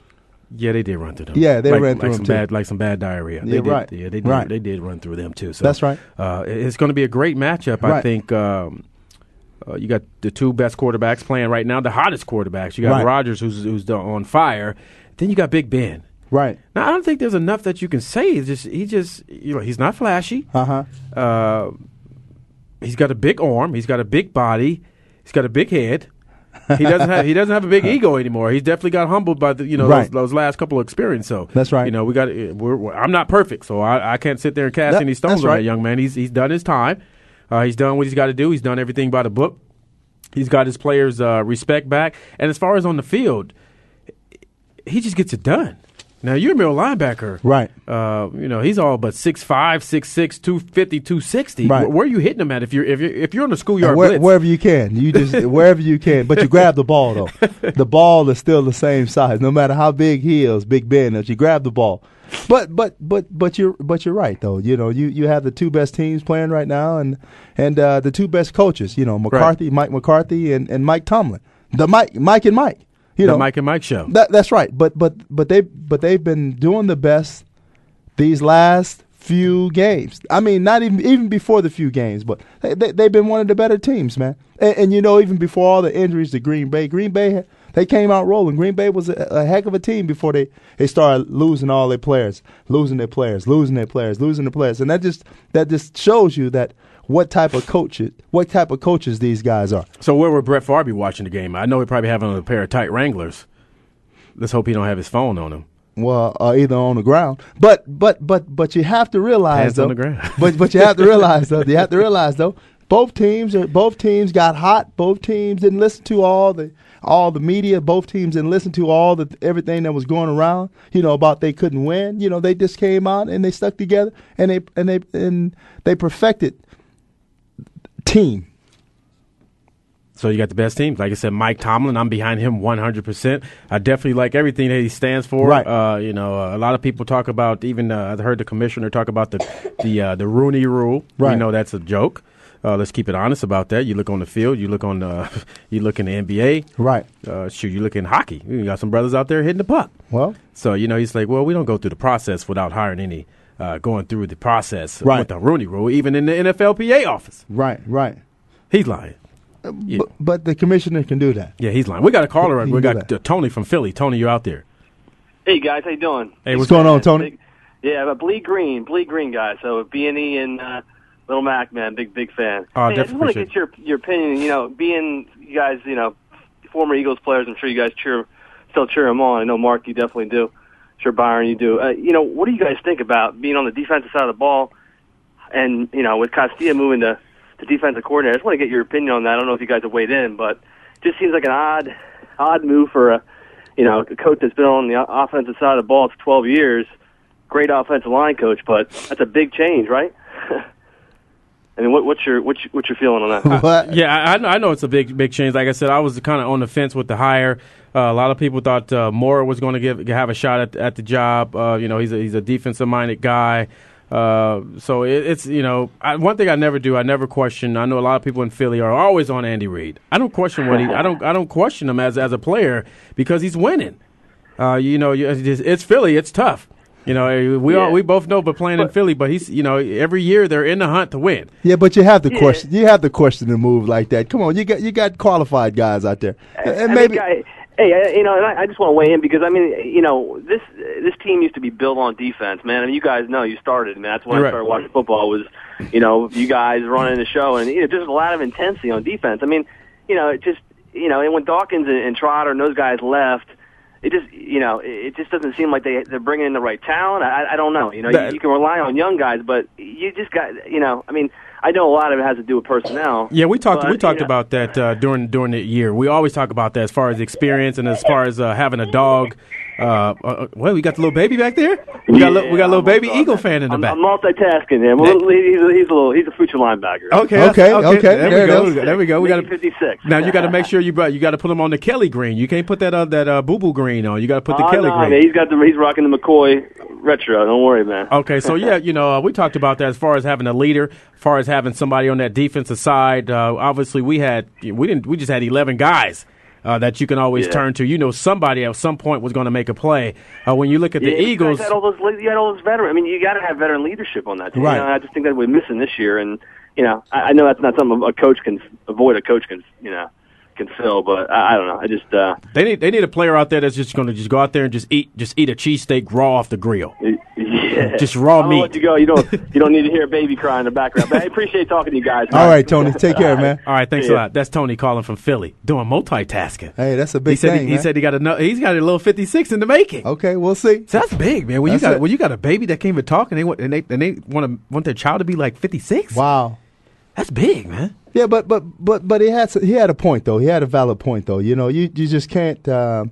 C: Yeah, they did run through them.
D: Yeah, they
C: Like-
D: ran through
C: like
D: them too.
C: some bad, like some bad diarrhea. They
D: Yeah,
C: did,
D: right.
C: Yeah, they did.
D: Right.
C: They did run through them too. So
D: That's right.
C: Uh, it- it's going to be a great matchup. I
D: Right.
C: think um, uh, you got the two best quarterbacks playing right now, the hottest quarterbacks. You got
D: Right.
C: Rodgers, who's who's the- on fire. Then you got Big Ben.
D: Right.
C: Now I don't think there's enough that you can say. It's just he just you know he's not flashy.
D: Uh huh.
C: Uh, he's got a big arm. He's got a big body. He's got a big head. He doesn't have he doesn't have a big ego anymore. He's definitely got humbled by the you know
D: Right.
C: those, those last couple of experiences. So
D: That's right.
C: You know we got we're, we're, I'm not perfect, so I, I can't sit there and cast
D: That-
C: any stones
D: that's
C: on
D: right.
C: that young man. He's he's done his time. Uh, he's done what he's got to do. He's done everything by the book. He's got his players' uh, respect back. And as far as on the field, he just gets it done. Now you're a middle linebacker,
D: Right.
C: Uh, you know he's all but 6'5", 6'6", 250, 260.
D: Right.
C: Where, where are you hitting him at? If you're if you're if you're on the schoolyard
D: And where-
C: blitz,
D: wherever you can, you just wherever you can, but you grab the ball though. The ball is still the same size, no matter how big he is, Big Ben. If you grab the ball, but but but but you're but you're right though. You know, you you have the two best teams playing right now, and and uh, the two best coaches. You know, McCarthy, Mike McCarthy, and, and Mike Tomlin. The Mike Mike and Mike. You
C: the
D: know,
C: Mike and Mike show.
D: That, that's right. But but but they but they've been doing the best these last few games. I mean, not even even before the few games, but they, they, they've been one of the better teams, man. And, and you know, even before all the injuries to Green Bay, Green Bay they came out rolling. Green Bay was a, a heck of a team before they they started losing all their players, losing their players, losing their players, losing their players, and that just that just shows you that. What type of coaches? What type of coaches these guys are?
C: So where would Brett Favre be watching the game? I know he probably having a pair of tight Wranglers. Let's hope he don't have his phone on him.
D: well, uh, either on the ground. But but but but you have to realize
C: Pants
D: though,
C: on the ground.
D: but but you have to realize though. You have to realize though. Both teams are, both teams got hot. Both teams didn't listen to all the all the media. Both teams didn't listen to all the everything that was going around. You know about they couldn't win. You know they just came out and they stuck together and they and they and they perfected team.
C: So you got the best teams. Like I said, Mike Tomlin, I'm behind him 100%. I definitely like everything that he stands for.
D: Right.
C: Uh, you know, uh, a lot of people talk about, even uh, I heard the commissioner talk about the the, uh, the Rooney rule.
D: Right.
C: We know that's a joke. Uh, let's keep it honest about that. You look on the field, you look on the, you look in the NBA.
D: Right.
C: Uh, shoot, you look in hockey. You got some brothers out there hitting the puck.
D: Well,
C: So you know, he's like, well, we don't go through the process without hiring any, uh, going through the process
D: Right.
C: with the Rooney Rule, even in the NFLPA office.
D: right, right. Uh,
C: He's lying. Yeah.
D: But, but the commissioner can do that.
C: yeah, he's lying. We got a caller.
D: He
C: We
D: can do
C: got uh, Tony from Philly. Tony, you're out there.
K: Hey guys, how you doing?
C: Hey,
D: what's going on, Tony?
K: Yeah, but Bleed Green, Bleed Green guys. So B and E and uh, Little Mac, man, big big fan.
D: Ah,
C: Oh,
K: hey, I just
C: definitely
K: want to
C: appreciate
K: get your your opinion. You know, being you guys, you know, former Eagles players, I'm sure you guys cheer still cheer them on. I know Mark, you definitely do. Sure, Byron, you do. Uh, you know, what do you guys think about being on the defensive side of the ball? And you know, with Castilla moving to the defensive coordinator, I just want to get your opinion on that. I don't know if you guys have weighed in, but it just seems like an odd odd move for a you know, a coach that's been on the o- offensive side of the ball for 12 years, great offensive line coach, but that's a big change, right? I mean, what, what's your what's your, what's your feeling on that?
C: Yeah, I, I know. I know it's a big, big change. Like I said, I was kind of on the fence with the hire. Uh, a lot of people thought uh, Moore was going to give have a shot at, at the job. Uh, you know, he's a, he's a defensive minded guy. Uh, so it, it's you know I, one thing I never do. I never question. I know a lot of people in Philly are always on Andy Reid. I don't question what he. I don't. I don't question him as as a player because he's winning. Uh, you know, you- it's, it's Philly. It's tough. You know, we all, we both know, but playing in Philly, but he's you know every year they're in the hunt to win.
D: Yeah, but you have the question. You have the question to move like that. Come on, you got you got qualified guys out there, and
K: I
D: maybe
K: think I, hey, I, you know, and I, I just want to weigh in because I mean, you know, this this team used to be built on defense, man. I mean, you guys know you started, man. That's when
C: Right.
K: I started watching football was, you know, you guys running the show, and you know, just a lot of intensity on defense. I mean, you know, it just, you know, and when Dawkins and, and Trotter and those guys left. It just, you know, it it just doesn't seem like they they're bringing in the right talent. I, I don't know. You know,
C: That-
K: you, you can rely on young guys, but you just got, you know, I mean, I know a lot of it has to do with personnel.
C: Yeah, we talked.
K: but,
C: we talked
K: you know-
C: about that uh, during during the year. We always talk about that as far as experience and as far as uh, having a dog. Uh, uh, uh, well, we got the little baby back there. We got a little, we got a little
K: Yeah, I'm
C: baby eagle fan in the
K: I'm,
C: back.
K: I'm multitasking him. Well, he's, a, he's a little. He's a future linebacker.
C: Okay, that's-
D: Okay, okay,
C: There,
D: there
C: we go.
D: it is.
C: There we go. We got
K: fifty six.
C: Now you got to make sure you brought, you got to put them on the Kelly green. You can't put that uh, that uh, boo boo green on. You got to put the
K: oh,
C: Kelly
K: no,
C: green.
K: man, he's got the. He's rocking the McCoy retro. Don't worry, man.
C: Okay, so yeah, you know, uh, we talked about that as far as having a leader, as far as having somebody on that defensive side. Uh, obviously, we had we didn't we just had eleven guys uh, that you can always
K: Yeah.
C: turn to. You know, somebody at some point was going to make a play. Uh, when you look at the
K: Yeah, you guys
C: Eagles,
K: Had all those, le- you had all those veteran. I mean, you got to have veteran leadership on that team.
C: Right.
K: You know, I just think that we're missing this year, and you know, I, I know that's not something a coach can avoid. A coach can, you know, can fill, but I, I don't know. I just. uh
C: they need they need a player out there that's just going to just go out there and just eat just eat a cheesesteak raw off the grill.
K: Yeah.
C: Just raw
K: I'm gonna
C: meat.
K: Let you go. You don't. You don't need to hear a baby cry in the background. But I appreciate talking to you guys. man.
D: All right, Tony, take care, man.
C: All right, thanks
K: Yeah.
C: a lot. That's Tony calling from Philly doing multitasking.
D: Hey, that's a
C: He
D: big
C: said
D: thing.
C: he, he
D: man.
C: said he got a no- he's got a little fifty six in the making.
D: okay, we'll see.
C: So that's big, man. When
D: That's
C: you got
D: it.
C: when you got a baby that can't even talk and they want and they and they want to want their child to be like fifty six.
D: Wow.
C: That's big, man.
D: Yeah, but but but but he had he had a point though. He had a valid point though. You know, you you just can't um,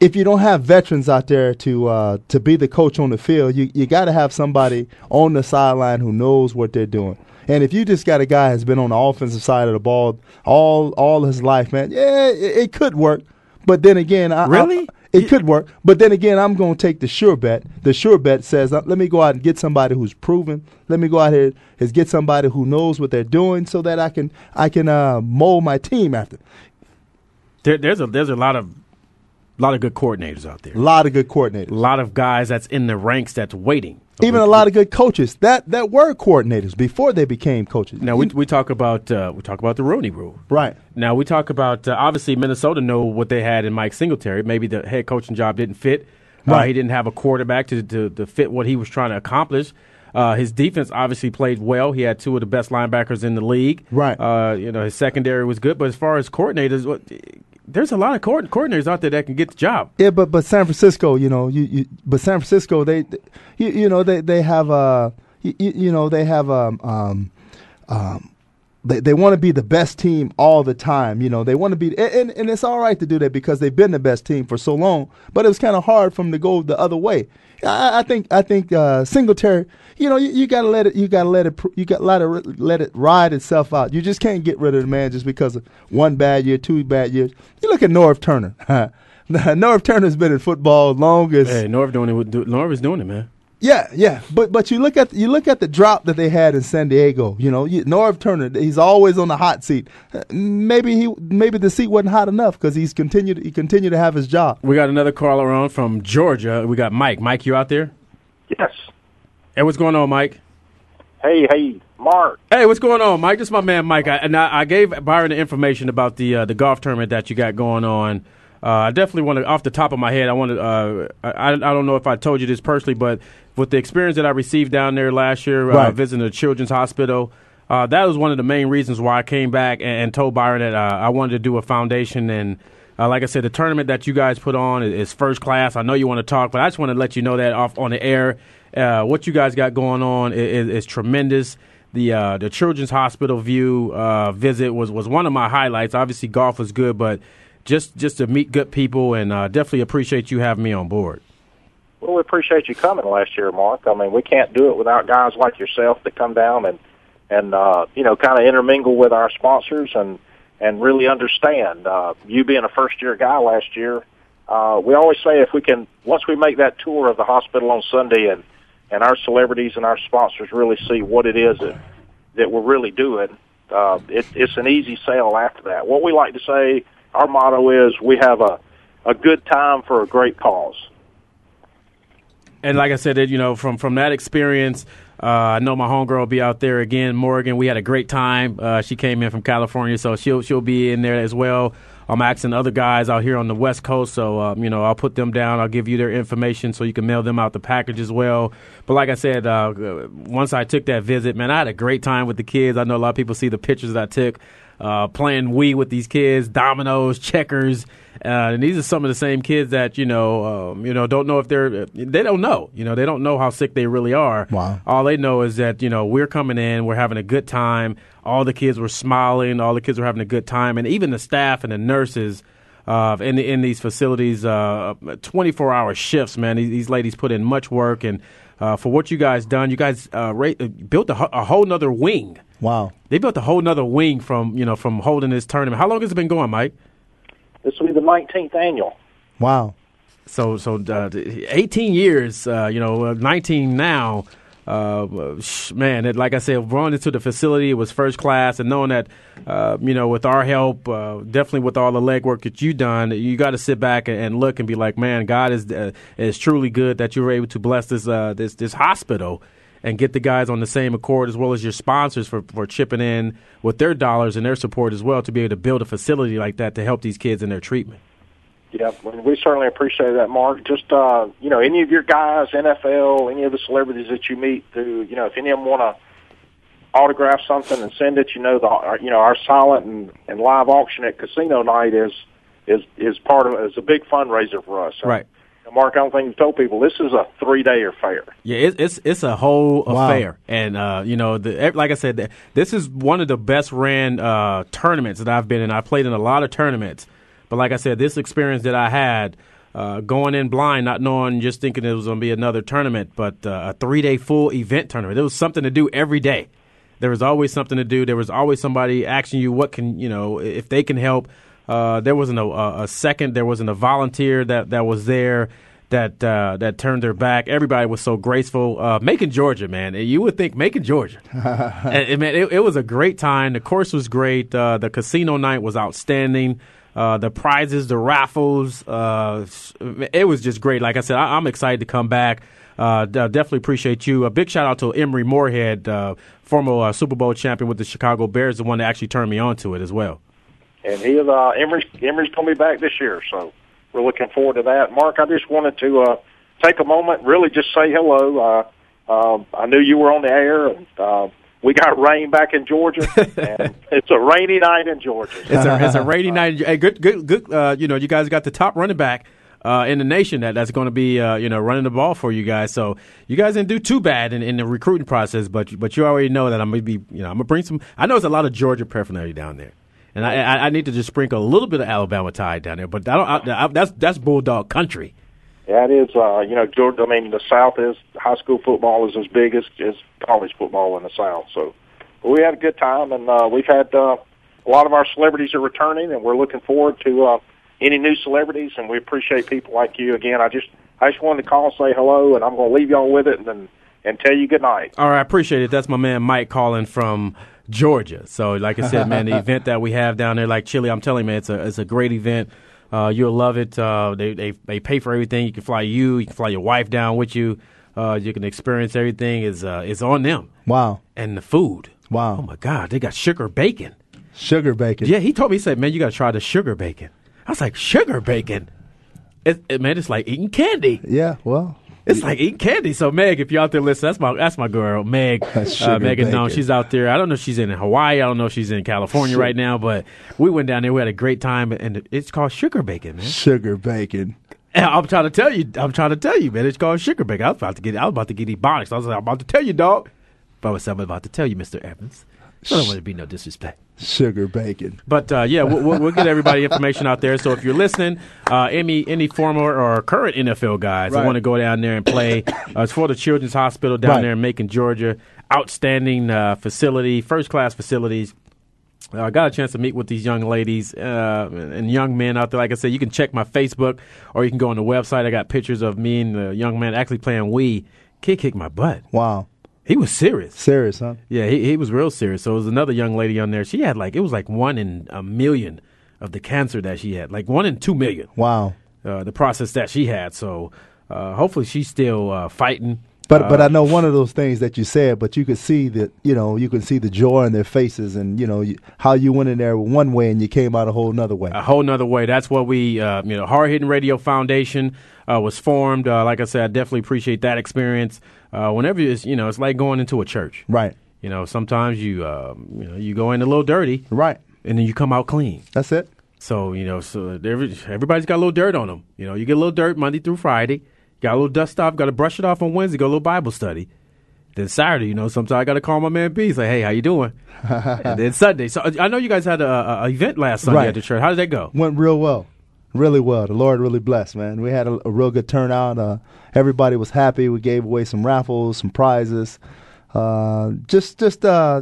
D: if you don't have veterans out there to uh, to be the coach on the field. You you got to have somebody on the sideline who knows what they're doing. And if you just got a guy who's been on the offensive side of the ball all all his life, man, yeah, it, it could work. But then again, I, I-
C: Really?
D: it could work. But then again, I'm going to take the sure bet. The sure bet says, uh, let me go out and get somebody who's proven. Let me go out here and get somebody who knows what they're doing, so that I can I can uh, mold my team after.
C: There, there's a there's a lot of lot of good coordinators out there.
D: A lot of good
C: A
D: coordinators,
C: lot of guys that's in the ranks that's waiting.
D: even a lot of good coaches that that were coordinators before they became coaches.
C: Now we we talk about uh, we talk about the Rooney Rule.
D: right,
C: Now we talk about uh, obviously Minnesota know what they had in Mike Singletary. Maybe the head coaching job didn't fit. Uh,
D: Right.
C: he didn't have a quarterback to, to to fit what he was trying to accomplish. Uh, his defense obviously played well. He had two of the best linebackers in the league.
D: Right.
C: Uh, you know his secondary was good, but as far as coordinators, what there's a lot of coord- coordinators out there that can get the job.
D: Yeah, but but San Francisco, you know, you, you but San Francisco, they, th- you, you know, they they have uh, you, you know, they have um, um, um they they want to be the best team all the time. You know, they want to be, and, and and it's all right to do that because they've been the best team for so long. But it was kind of hard for them to go the other way. I, I think I think uh, Singletary, you know, you, you gotta let it, you gotta let it, pr- you got let it let it ride itself out. You just can't get rid of the man just because of one bad year, two bad years. You look at Norv Turner. Norv Turner's been in football longest.
C: Hey, Norv doing it. with- do- Norv is doing it, man.
D: Yeah, yeah, but but you look at you look at the drop that they had in San Diego. You know, you, Norv Turner, he's always on the hot seat. Uh, Maybe he maybe the seat wasn't hot enough because he's continued he continued to have his job.
C: We got another caller on from Georgia. We got Mike. Mike, you out there?
L: Yes.
C: Hey, what's going on, Mike?
L: Hey, hey, Mark.
C: Hey, what's going on, Mike? This is my man, Mike. I, and I, I gave Byron the information about the uh, the golf tournament that you got going on. Uh, I definitely want to, off the top of my head, I want to. Uh, I, I don't know if I told you this personally, but with the experience that I received down there last year, uh,
D: Right.
C: visiting the Children's Hospital, uh, that was one of the main reasons why I came back and, and told Byron that uh, I wanted to do a foundation. And uh, like I said, the tournament that you guys put on is, is first class. I know you want to talk, but I just want to let you know that off on the air, uh, what you guys got going on is, is tremendous. The uh, the Children's Hospital View uh, visit was was one of my highlights. Obviously, golf was good, but just just to meet good people and uh, definitely appreciate you having me on board.
L: Well, we appreciate you coming last year, Mark. I mean, we can't do it without guys like yourself that come down and and uh, you know kind of intermingle with our sponsors and and really understand. Uh, you being a first year guy last year, uh, we always say if we can once we make that tour of the hospital on Sunday and and our celebrities and our sponsors really see what it is that that we're really doing. Uh, it, it's an easy sale after that. What we like to say, our motto is we have a a good time for a great cause.
C: and like I said, that you know, from from that experience, uh, I know my homegirl will be out there again. Morgan, we had a great time. Uh, she came in from California, so she'll she'll be in there as well. I'm asking other guys out here on the West Coast, so um, you know I'll put them down. I'll give you their information so you can mail them out the package as well. But like I said, uh, uh, once I took that visit, man, I had a great time with the kids. I know a lot of people see the pictures that I took uh, playing Wii with these kids, dominoes, checkers, uh, and these are some of the same kids that you know, um, you know, don't know if they're they don't know, you know, they don't know how sick they really are. Wow. All they know is that you know we're coming in, we're having a good time. All the kids were smiling, all the kids were having a good time, and even the staff and the nurses. Uh, in the, in these facilities, uh, 24 hour shifts, man. These, these ladies put in much work, and uh, for what you guys done, you guys uh, ra- built a, ho- a whole nother wing
D: Wow.
C: they built a whole nother wing from you know from holding this tournament. How long has it been going, Mike?
L: This will be the 19th annual.
D: Wow.
C: So so uh, th- 18 years, uh, you know, uh, 19 now. Uh, sh- man, it, like I said, going into the facility it was first class, and knowing that uh, you know with our help, uh, definitely with all the legwork that you done, you got to sit back and, and look and be like, man, God is uh, is truly good that you were able to bless this uh, this this hospital and get the guys on the same accord as well as your sponsors for, for chipping in with their dollars and their support as well to be able to build a facility like that to help these kids in their treatment.
L: Yeah, we we certainly appreciate that, Mark. Just uh, you know, any of your guys, NFL, any of the celebrities that you meet, who you know, if any of them want to autograph something and send it, you know, the our- you know our silent and, and live auction at casino night is is is part of is a big fundraiser for us. So,
C: Right.
L: Mark, I don't think you told people this is a three day affair.
C: Yeah, it, it's it's a whole
L: Wow.
C: affair, and uh, you know, the, ev- like I said, th- this is one of the best ran uh, tournaments that I've been in. I've played in a lot of tournaments, but like I said, this experience that I had uh, going in blind, not knowing, just thinking it was going to be another tournament, but uh, a three day full event tournament. There was something to do every day. There was always something to do. There was always somebody asking you what can you know if they can help. Uh, there wasn't a, a, a second. There wasn't a volunteer that that was there that uh, that turned their back. Everybody was so graceful. Uh, Macon, Georgia, man. You would think Macon, Georgia. and, and, man, it, it was a great time. The course was great. Uh, the casino night was outstanding. Uh, the prizes, the raffles, uh, s- it was just great. Like I said, I, I'm excited to come back. Uh, d- definitely appreciate you. A big shout out to Emery Moorhead, uh, former uh, Super Bowl champion with the Chicago Bears, the one that actually turned me on to it as well.
L: and he is uh, Emory's Emory's going to be back this year, so we're looking forward to that. Mark, I just wanted to uh, take a moment, really just say hello. Uh, um, I knew you were on the air, and uh, we got rain back in Georgia, and it's a rainy night in Georgia.
C: It's a, it's a rainy night. Hey, good, good, good. Uh, you know, you guys got the top running back uh, in the nation that, that's going to be uh, you know running the ball for you guys. So you guys didn't do too bad in, in the recruiting process, but but you already know that I'm gonna be you know I'm gonna bring some. I know it's a lot of Georgia paraphernalia down there. And I, I, I need to just sprinkle a little bit of Alabama tie down there, but I don't. I, I, that's that's bulldog country.
L: Yeah, it is. Uh, you know, Georgia. I mean, the South is high school football is as big as, as college football in the South. So we had a good time, and uh, we've had uh, a lot of our celebrities are returning, and we're looking forward to uh, any new celebrities. And we appreciate people like you. Again, I just I just wanted to call, say hello, and I'm going to leave y'all with it, and then and tell you good night.
C: All right, I appreciate it. That's my man Mike calling from Georgia. So, like I said, man, the event that we have down there, like Chile, I'm telling you, man, it's a it's a great event. Uh, you'll love it. Uh, they, they they pay for everything. You can fly you, you can fly your wife down with you. Uh, you can experience everything. Is uh, is on them.
D: Wow.
C: And the food.
D: Wow.
C: Oh my God, they got sugar bacon.
D: Sugar bacon.
C: Yeah, he told me he said, man, you got to try the sugar bacon. I was like, sugar bacon. It, it, man, it's like eating candy.
D: Yeah. Well.
C: It's like eating candy. So Meg, if you're out there listening, that's my that's my girl, Meg.
D: sugar
C: Uh, Megan, no,
D: bacon.
C: she's out there. I don't know if she's in Hawaii. I don't know if she's in California
D: Shit.
C: right now. But we went down there. We had a great time, and it's called sugar bacon, man.
D: Sugar bacon.
C: And I'm trying to tell you. I'm trying to tell you, man. It's called sugar bacon. I was about to get. I was about to get ebonics. I was like, I'm about to tell you, dog. But I was I'm about to tell you, Mister Evans. I don't want to be no disrespect.
D: Sugar bacon.
C: But uh, yeah, we'll, we'll, we'll get everybody information out there. So if you're listening, uh, any any former or current NFL guys that
D: Right.
C: want to go down there and play, uh, it's for the Children's Hospital down
D: Right.
C: there in Macon, Georgia. Outstanding uh, facility, first class facilities. Uh, I got a chance to meet with these young ladies uh, and young men out there. Like I said, you can check my Facebook or you can go on the website. I got pictures of me and the young man actually playing Wii. Kid kicked my butt.
D: Wow.
C: He was serious.
D: Serious, huh?
C: Yeah, he, he was real serious. So it was another young lady on there. She had like it was like one in a million of the cancer that she had, like one in two million.
D: Wow.
C: Uh, the process that she had. So uh, hopefully she's still uh, fighting.
D: But
C: uh,
D: but I know one of those things that you said, but you could see that you know you can see the joy in their faces, and you know you, how you went in there one way and you came out a whole nother way.
C: a whole nother way. That's what we, uh, you know, Hard Hitting Radio Foundation uh, was formed. Uh, like I said, I definitely appreciate that experience. Uh, whenever it's, you know, it's like going into a church.
D: Right.
C: You know, sometimes you, uh, you know, you go in a little dirty.
D: Right.
C: And then you come out clean.
D: That's it.
C: So you know, so every, everybody's got a little dirt on them. You know, you get a little dirt Monday through Friday. Got a little dust off. Got to brush it off on Wednesday. Go a little Bible study. Then Saturday, you know, sometimes I got to call my man B. Say, hey, how you doing? and then Sunday. So I I know you guys had a, a a event last Sunday
D: Uh. Right.
C: at the church. How did that go?
D: Went real well, really well. The Lord really blessed, man. We had a, a real good turnout. Uh, everybody was happy. We gave away some raffles, some prizes, uh, just just uh,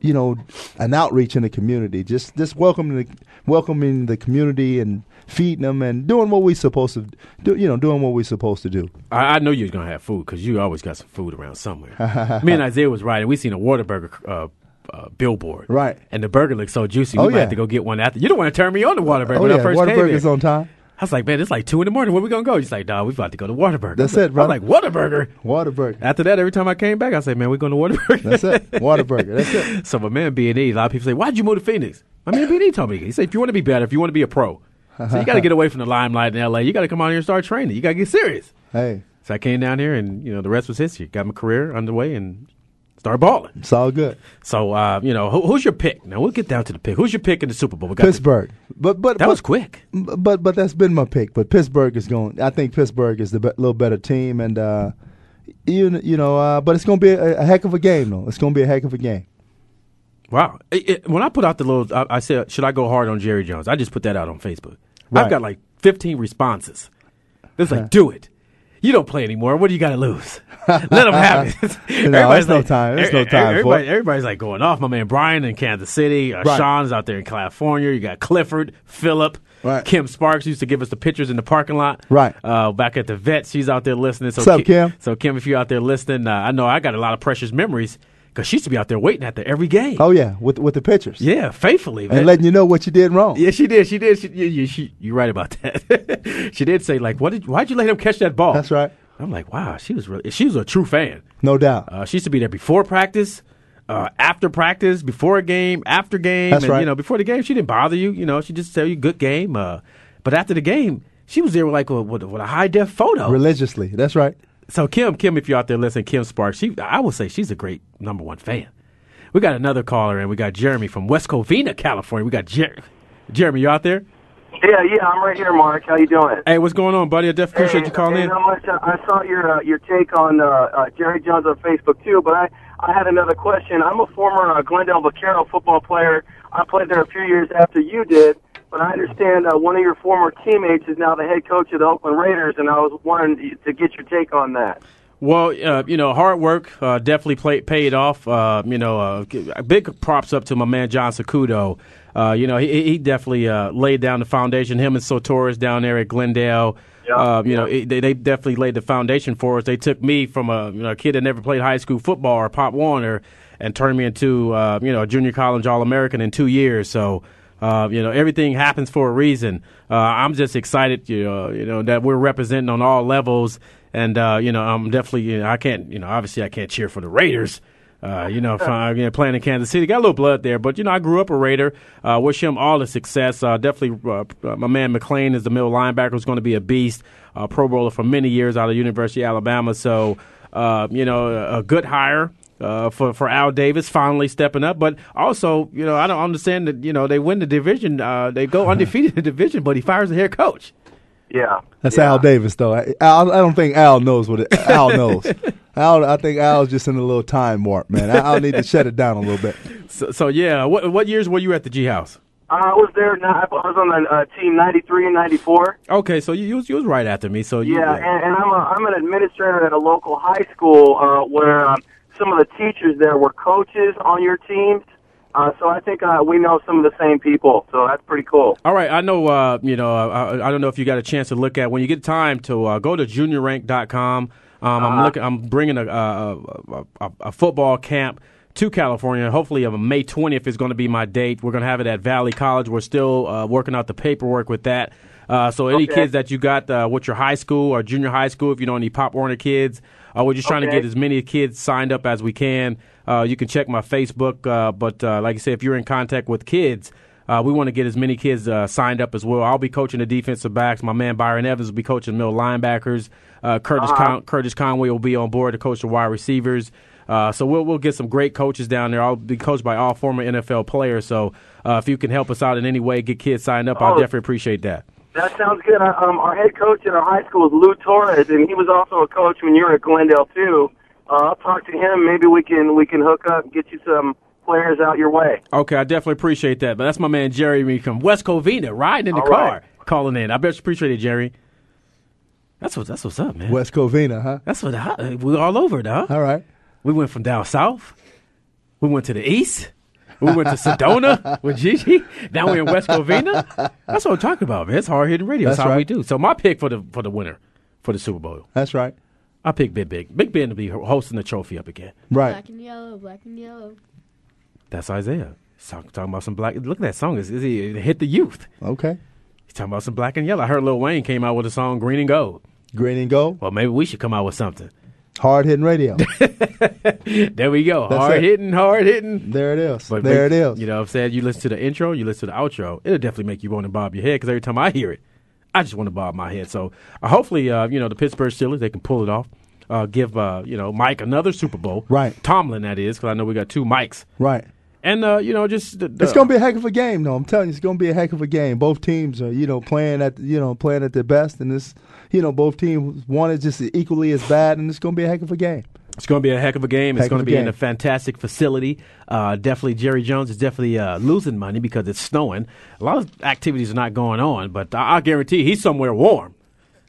D: you know an outreach in the community, just just welcoming the, welcoming the community and feeding them and doing what we supposed to do. You know, doing what we supposed to do.
C: I, I know you was gonna have food because you always got some food around somewhere. Me and Isaiah was riding. We seen a Whataburger uh, uh, billboard,
D: Right.
C: And the burger looked so juicy.
D: Oh,
C: we might
D: yeah.
C: have to go get one after. You don't want to turn me on to Whataburger
D: Oh
C: when
D: yeah,
C: I first came
D: Whataburger's
C: here.
D: on time.
C: I was like, man, it's like two in the morning. Where we gonna go? He's like, nah, we about to go to Whataburger.
D: That's
C: I'm
D: it, bro.
C: I'm like, Whataburger.
D: Whataburger.
C: After that, every time I came back, I said, man, we going to Whataburger.
D: That's it. Whataburger. That's it.
C: so my man B and E, a lot of people say, why'd you move to Phoenix? My man B and E told me, he said, if you want to be better, if you want to be a pro, so you got to get away from the limelight in L.A. You got to come out here and start training. You got to get serious.
D: Hey,
C: So I came down here, and you know, the rest was history. Got my career underway and started balling.
D: it's all good.
C: So uh, you know, who, who's your pick? Now we'll get down to the pick. Who's your pick in the Super Bowl? We got the-
D: Pittsburgh. But but
C: That
D: but-
C: was quick.
D: But but that's been my pick. But Pittsburgh is going. I think Pittsburgh is the be- little better team, and uh, you kn- you know. Uh, but it's going to be a, a heck of a game, though. It's going to be a heck of a game.
C: Wow. It- it- when I put out the little, I, I said, should I go hard on Jerry Jones? I just put that out on Facebook. I've
D: Right.
C: got like 15 responses. It's like, do it. You don't play anymore. What do you got to lose? Let them have it.
D: No, there's no time. There's no
C: e- e-
D: time for
C: everybody-
D: it.
C: everybody's like going off. My man Brian in Kansas City. Uh,
D: Right.
C: Sean's out there in California. You got Clifford, Phillip.
D: Right.
C: Kim Sparks used to give us the pictures in the parking lot.
D: Right.
C: Uh, back at the vet, she's out there listening. So
D: What's up,
C: Ki-
D: Kim?
C: So Kim, if you're out there listening, uh, I know I got a lot of precious memories because she used to be out there waiting at the every game.
D: Oh yeah, with with the pitchers
C: Yeah, faithfully. Man.
D: and letting you know what you did wrong.
C: yeah, she did. She did. She, you, you, she, you're right about that. she did say, like, what did, why'd you let him catch that ball?
D: That's right.
C: I'm like, wow, she was really, she was a true fan.
D: No doubt.
C: Uh, she used to be there before practice, uh, after practice, before a game, after game.
D: That's
C: and,
D: right.
C: You know, before the game, she didn't bother you. You know, she just tell you good game. Uh, but after the game, she was there with like with, with a high def photo.
D: Religiously, that's right.
C: So Kim, Kim, if you're out there listening, Kim Sparks, she, I would say she's a great number one fan. We got another caller, and we got Jeremy from West Covina, California. We got Jer- Jeremy. You out there?
M: Yeah, yeah, I'm right here, Mark. How you doing?
C: Hey, what's going on, buddy? I definitely appreciate you calling
M: Hey,
C: in.
M: how much I I saw your uh, your take on uh, uh, Jerry Jones on Facebook too, but I I had another question. I'm a former uh, Glendale Vaquero football player. I played there a few years after you did, but I understand uh, one of your former teammates is now the head coach of the Oakland Raiders, and I was wanting to get your take on that.
C: Well, uh, you know, hard work uh, definitely play, paid off. Uh, you know, uh, g- big props up to my man John Sacudo. Uh, you know, he, he definitely uh, laid down the foundation. Him and Sotoris down there at Glendale. Uh, you know, it, they, they definitely laid the foundation for us. They took me from a you know a kid that never played high school football or Pop Warner, and turned me into uh, you know a junior college All American in two years. So. Uh, you know, everything happens for a reason. Uh, I'm just excited, you know, you know, that we're representing on all levels. And, uh, you know, I'm definitely, you know, I can't, you know, obviously I can't cheer for the Raiders. Uh, you know, if I'm, you know, playing in Kansas City, got a little blood there, but you know, I grew up a Raider. Uh, wish him all the success. Uh, definitely, uh, uh, my man McLean is the middle linebacker, who's going to be a beast, uh, Pro Bowler for many years out of University of Alabama. So, uh, you know, a, a good hire uh, for for Al Davis finally stepping up. But also, you know, I don't understand that you know they win the division, uh, they go undefeated in the division, but he fires the head coach.
M: Yeah,
D: That's Al Davis, though. I- Al, I don't think Al knows what it, Al knows. Al, I think Al's just in a little time warp, man. Al need to shut it down a little bit.
C: So, so yeah, what what years were you at the G House?
M: I was there. ni- I was on the uh, team '93 and '94.
C: Okay, so you, you was you was right after me. So you,
M: Yeah, and, and I'm a, I'm an administrator at a local high school uh, where um, some of the teachers there were coaches on your teams. Uh, so I think uh, we know some of the same people. So that's pretty cool.
C: All right, I know. Uh, you know, uh, I, I don't know if you got a chance to look at when you get time to uh, go to juniorrank.com. Um, I'm
M: Uh-huh.
C: looking. I'm bringing a a, a, a a football camp to California. Hopefully, on May 20th is going to be my date. We're going to have it at Valley College. We're still uh, working out the paperwork with that. Uh, so any
N: Okay.
C: kids that you got uh, with your high school or junior high school, if you know any Pop Warner kids, uh, we're just trying to
N: Okay.
C: get as many kids signed up as we can. Uh, you can check my Facebook, uh, but uh, like I said, if you're in contact with kids, uh, we want to get as many kids uh, signed up as well. I'll be coaching the defensive backs. My man Byron Evans will be coaching middle linebackers. Uh, Curtis
N: Uh-huh.
C: Con- Curtis Conway will be on board to coach the wide receivers. Uh, so we'll we'll get some great coaches down there. I'll be coached by all former NFL players. So uh, if you can help us out in any way, get kids signed up, I'll
M: Oh.
C: definitely appreciate that.
M: That sounds good. Uh, Um, our head coach at our high school is Lou Torres, and he was also a coach when you were at Glendale too. Uh, I'll talk to him. Maybe we can we can hook up and get you some players out your way.
C: Okay, I definitely appreciate that. But that's my man Jerry from West Covina riding in the
M: All
C: car,
M: right.
C: calling in. I bet you appreciate it, Jerry. That's what that's what's up, man.
D: West Covina, huh?
C: That's what I, we're all over it, huh? All
D: right.
C: We went from down south. We went to the east. We went to Sedona with Gigi. Now we're in West Covina. That's what I'm talking about, man. It's hard hitting radio. That's,
D: That's
C: how we
D: right.
C: do. So my pick for the for the winner for the Super Bowl.
D: That's right.
C: I pick Big Big. Big Ben to be hosting the trophy up again.
F: Black and yellow, black and yellow.
C: That's Isaiah. He's talk- talking about some black. Look at that song. Is he hit the youth?
D: Okay.
C: He's talking about some black and yellow. I heard Lil Wayne came out with a song "Green and Gold."
D: Green and Gold.
C: Well, maybe we should come out with something.
D: Hard hitting radio.
C: There we go.
D: That's
C: hard
D: it.
C: hitting, hard hitting.
D: There it is.
C: But
D: There
C: make-
D: it is.
C: You know what I'm saying? You listen to the intro, you listen to the outro. It'll definitely make you want to bob your head because every time I hear it, I just want to bob my head. So uh, hopefully, uh, you know, the Pittsburgh Steelers, they can pull it off. Uh, give, uh, you know, Mike another Super Bowl. Right. Tomlin, that is, because I know we got two Mikes.
D: right.
C: And, uh, you know, just. The, the-
D: It's gonna be a heck of a game, though. I'm telling you, it's gonna be a heck of a game. Both teams are, you know, playing at you know playing at their best, and this, you know, both teams one is just equally as bad, and it's gonna be a heck of a game.
C: It's going to be a heck of a game.
D: Heck
C: it's going
D: of
C: to
D: a
C: be in
D: game.
C: a fantastic facility. Uh, definitely, Jerry Jones is definitely uh, losing money because it's snowing. A lot of activities are not going on, but I, I guarantee he's somewhere warm.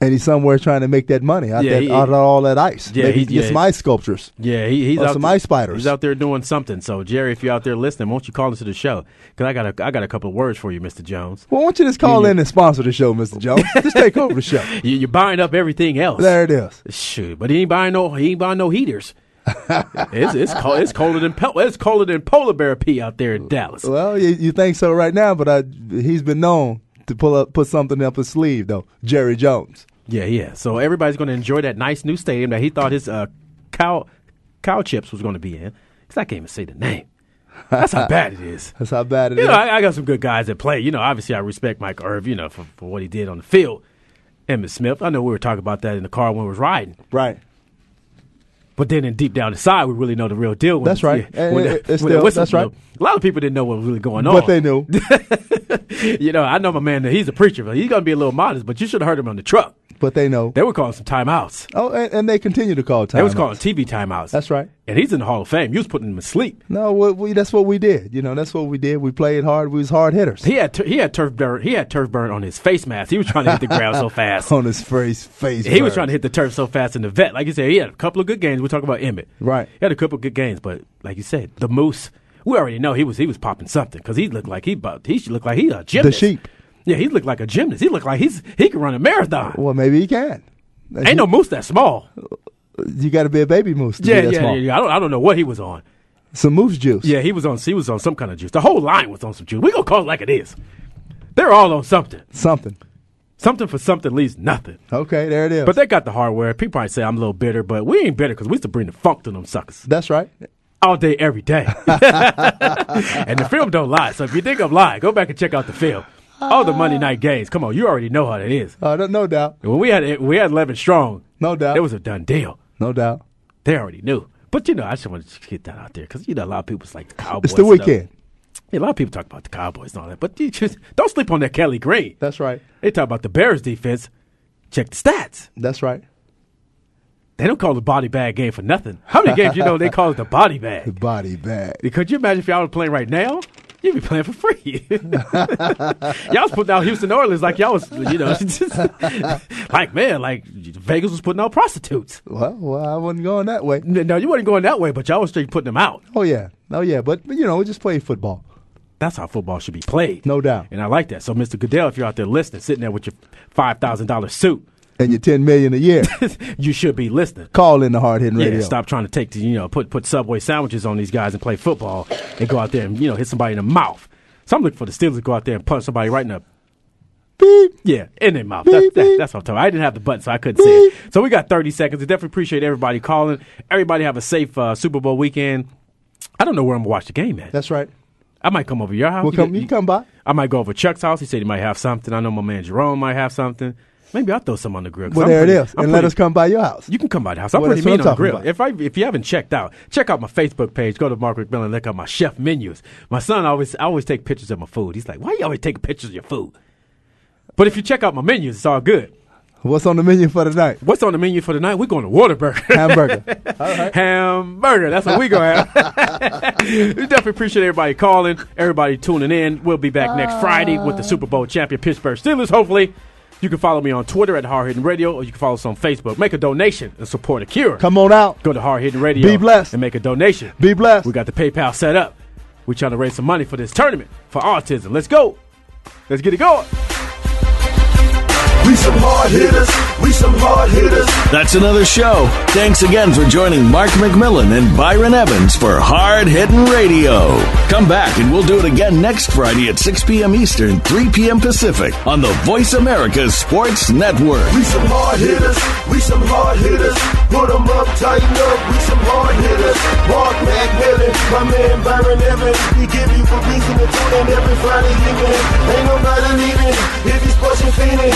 D: And he's somewhere trying to make that money out,
C: Yeah,
D: that,
C: he-
D: out of all that ice.
C: Yeah,
D: Maybe
C: he-
D: get some
C: yeah.
D: ice sculptures.
C: Yeah, he, he's
D: Or
C: out
D: some
C: there,
D: ice spiders.
C: He's out there doing something. So, Jerry, if you're out there listening, won't you call into the show? Because I got a, I got a couple of words for you, Mister Jones.
D: Well, why don't you just call in and sponsor the show, Mr. Jones? just take over the show.
C: You, you're buying up everything else.
D: There it is.
C: Shoot, but he ain't buying no he ain't buying no heaters. it's it's cold, it's colder than pe- it's colder than polar bear pee out there in Dallas.
D: Well, you, you think so right now, but I, he's been known to pull up, put something up his sleeve, though. Jerry Jones.
C: Yeah, yeah. So everybody's going to enjoy that nice new stadium that he thought his uh, cow cow chips was going to be in. Because I can't even say the name. That's how bad it is.
D: That's how bad it is.
C: You know, I, I got some good guys that play. You know, obviously I respect Mike Irv. You know, for, for what he did on the field. Emmitt Smith. I know we were talking about that in the car when we was riding.
D: Right.
C: But then, in deep down inside, we really know the real deal. When
D: That's right.
C: yeah,
D: And
C: when
D: it- it's
C: when the
D: still-
C: whistle
D: that's right.
C: blew. A lot of people didn't know what was really going on.
D: But they knew.
C: you know, I know my man that he's a preacher, but he's gonna be a little modest. But you should have heard him on the truck.
D: But they know
C: they were calling some timeouts.
D: Oh, and, and they continue to call time.
C: They was calling TV timeouts.
D: That's right.
C: And he's in the Hall of Fame. You was putting him to sleep.
D: No, we, we, that's what we did. You know, that's what we did. We played hard. We was hard hitters.
C: He had tur- he had turf burn. He had turf burn on his face mask. He was trying to hit the ground so fast.
D: on his face. Face.
C: he was trying to hit the turf so fast in the vet. Like you said, he had a couple of good games. We're talking about Emmett.
D: Right.
C: He had a couple of good games, but like you said, the moose. We already know he was he was popping something because he looked like he about he should look like he a gymnast.
D: sheep.
C: Yeah, he looked like a gymnast. He looked like he's he could run a marathon.
D: Well, maybe he can.
C: Ain't no moose that small.
D: You got to be a baby moose. To
C: Yeah,
D: be that
C: yeah,
D: small.
C: yeah, yeah. I don't I don't know what he was on.
D: Some moose juice.
C: Yeah, he was on he was on some kind of juice. The whole line was on some juice. We gonna call it like it is. They're all on something.
D: Something.
C: Something for something leaves nothing.
D: Okay, there it is.
C: But they got the hardware. People probably say I'm a little bitter, but we ain't bitter because we used to bring the funk to them suckers.
D: That's right.
C: All day, every day. and the film don't lie. So if you think I'm lying, go back and check out the film. All the Monday night games. Come on, you already know how that is.
D: Uh, no, no doubt.
C: When we had we had eleven strong,
D: no doubt,
C: it was a done deal.
D: No doubt.
C: They already knew. But you know, I just want to get that out there because you know a lot of people like the Cowboys.
D: It's the
C: and stuff.
D: weekend.
C: Yeah, a lot of people talk about the Cowboys and all that, but you just don't sleep on that Kelly Green.
D: That's right.
C: They talk about the Bears defense. Check the stats.
D: That's right.
C: They don't call the body bag game for nothing. How many games you know they call it the body bag?
D: The body bag.
C: Could you imagine if y'all were playing right now? You'd be playing for free. y'all was putting out Houston Oilers like y'all was, you know, like man, like Vegas was putting out prostitutes.
D: Well, well, I wasn't going that way.
C: No, you wasn't going that way, but y'all was straight putting them out.
D: Oh yeah, oh yeah. But, but you know, we just played football.
C: That's how football should be played.
D: No doubt.
C: And I like that. So, Mr. Goodell, if you're out there listening, sitting there with your five thousand dollar suit,
D: And you're ten million a year.
C: you should be listening.
D: Call in the hard hitting radio.
C: Yeah, stop trying to take the, you know put put Subway sandwiches on these guys and play football and go out there and you know hit somebody in the mouth. So I'm looking for the Steelers to go out there and punch somebody right in the
D: beep.
C: Yeah, in their mouth. That, that, that's what I'm talking about. I didn't have the button, so I couldn't see it. So we got 30 seconds. I definitely appreciate everybody calling. Everybody have a safe uh, Super Bowl weekend. I don't know where I'm going to watch the game at.
D: That's right.
C: I might come over to your house.
D: We'll
C: You
D: come. You
C: could-
D: can come by.
C: I might go over to Chuck's house. He said he might have something. I know my man Jerome might have something. Maybe I'll throw some on the grill. 'cause
D: Well,
C: I'm
D: there
C: pretty-
D: it is.
C: I'm
D: and let
C: pretty-
D: us come by your house.
C: You can come by the house. I'm
D: Well,
C: pretty
D: that's what
C: mean
D: I'm
C: on the
D: talking
C: grill.
D: about.
C: If I if you haven't checked out, check out my Facebook page. Go to Mark McMillan. Look up my chef menus. My son always I always take pictures of my food. He's like, why you always taking pictures of your food? But if you check out my menus, it's all good.
D: What's on the menu for tonight?
C: What's on the menu for tonight? We're going to Whataburger.
D: Hamburger.
C: Hamburger. That's what we gonna have. we definitely appreciate everybody calling, everybody tuning in. We'll be back next Friday with the Super Bowl champion Pittsburgh Steelers. Hopefully, you can follow me on Twitter at Hard Hitting Radio, or you can follow us on Facebook. Make a donation and support a cure.
D: Come on out.
C: Go to Hard Hitting Radio.
D: Be blessed.
C: and make a donation.
D: Be blessed.
C: We got the PayPal set up. We're trying to raise some money for this tournament for autism. Let's go. Let's get it going.
B: We some hard hitters. We some hard hitters.
I: That's another show. Thanks again for joining Mark McMillan and Byron Evans for Hard Hitting Radio. Come back and we'll do it again next Friday at 6 p.m. Eastern, 3 p.m. Pacific on the Voice America Sports Network.
B: We some hard hitters. We some hard hitters. Put 'em up, tighten up. We some hard hitters. Mark McMillan, my man Byron Evans. We give you a reason to tune in every Friday evening. Ain't nobody leaving. If he's pushing feening,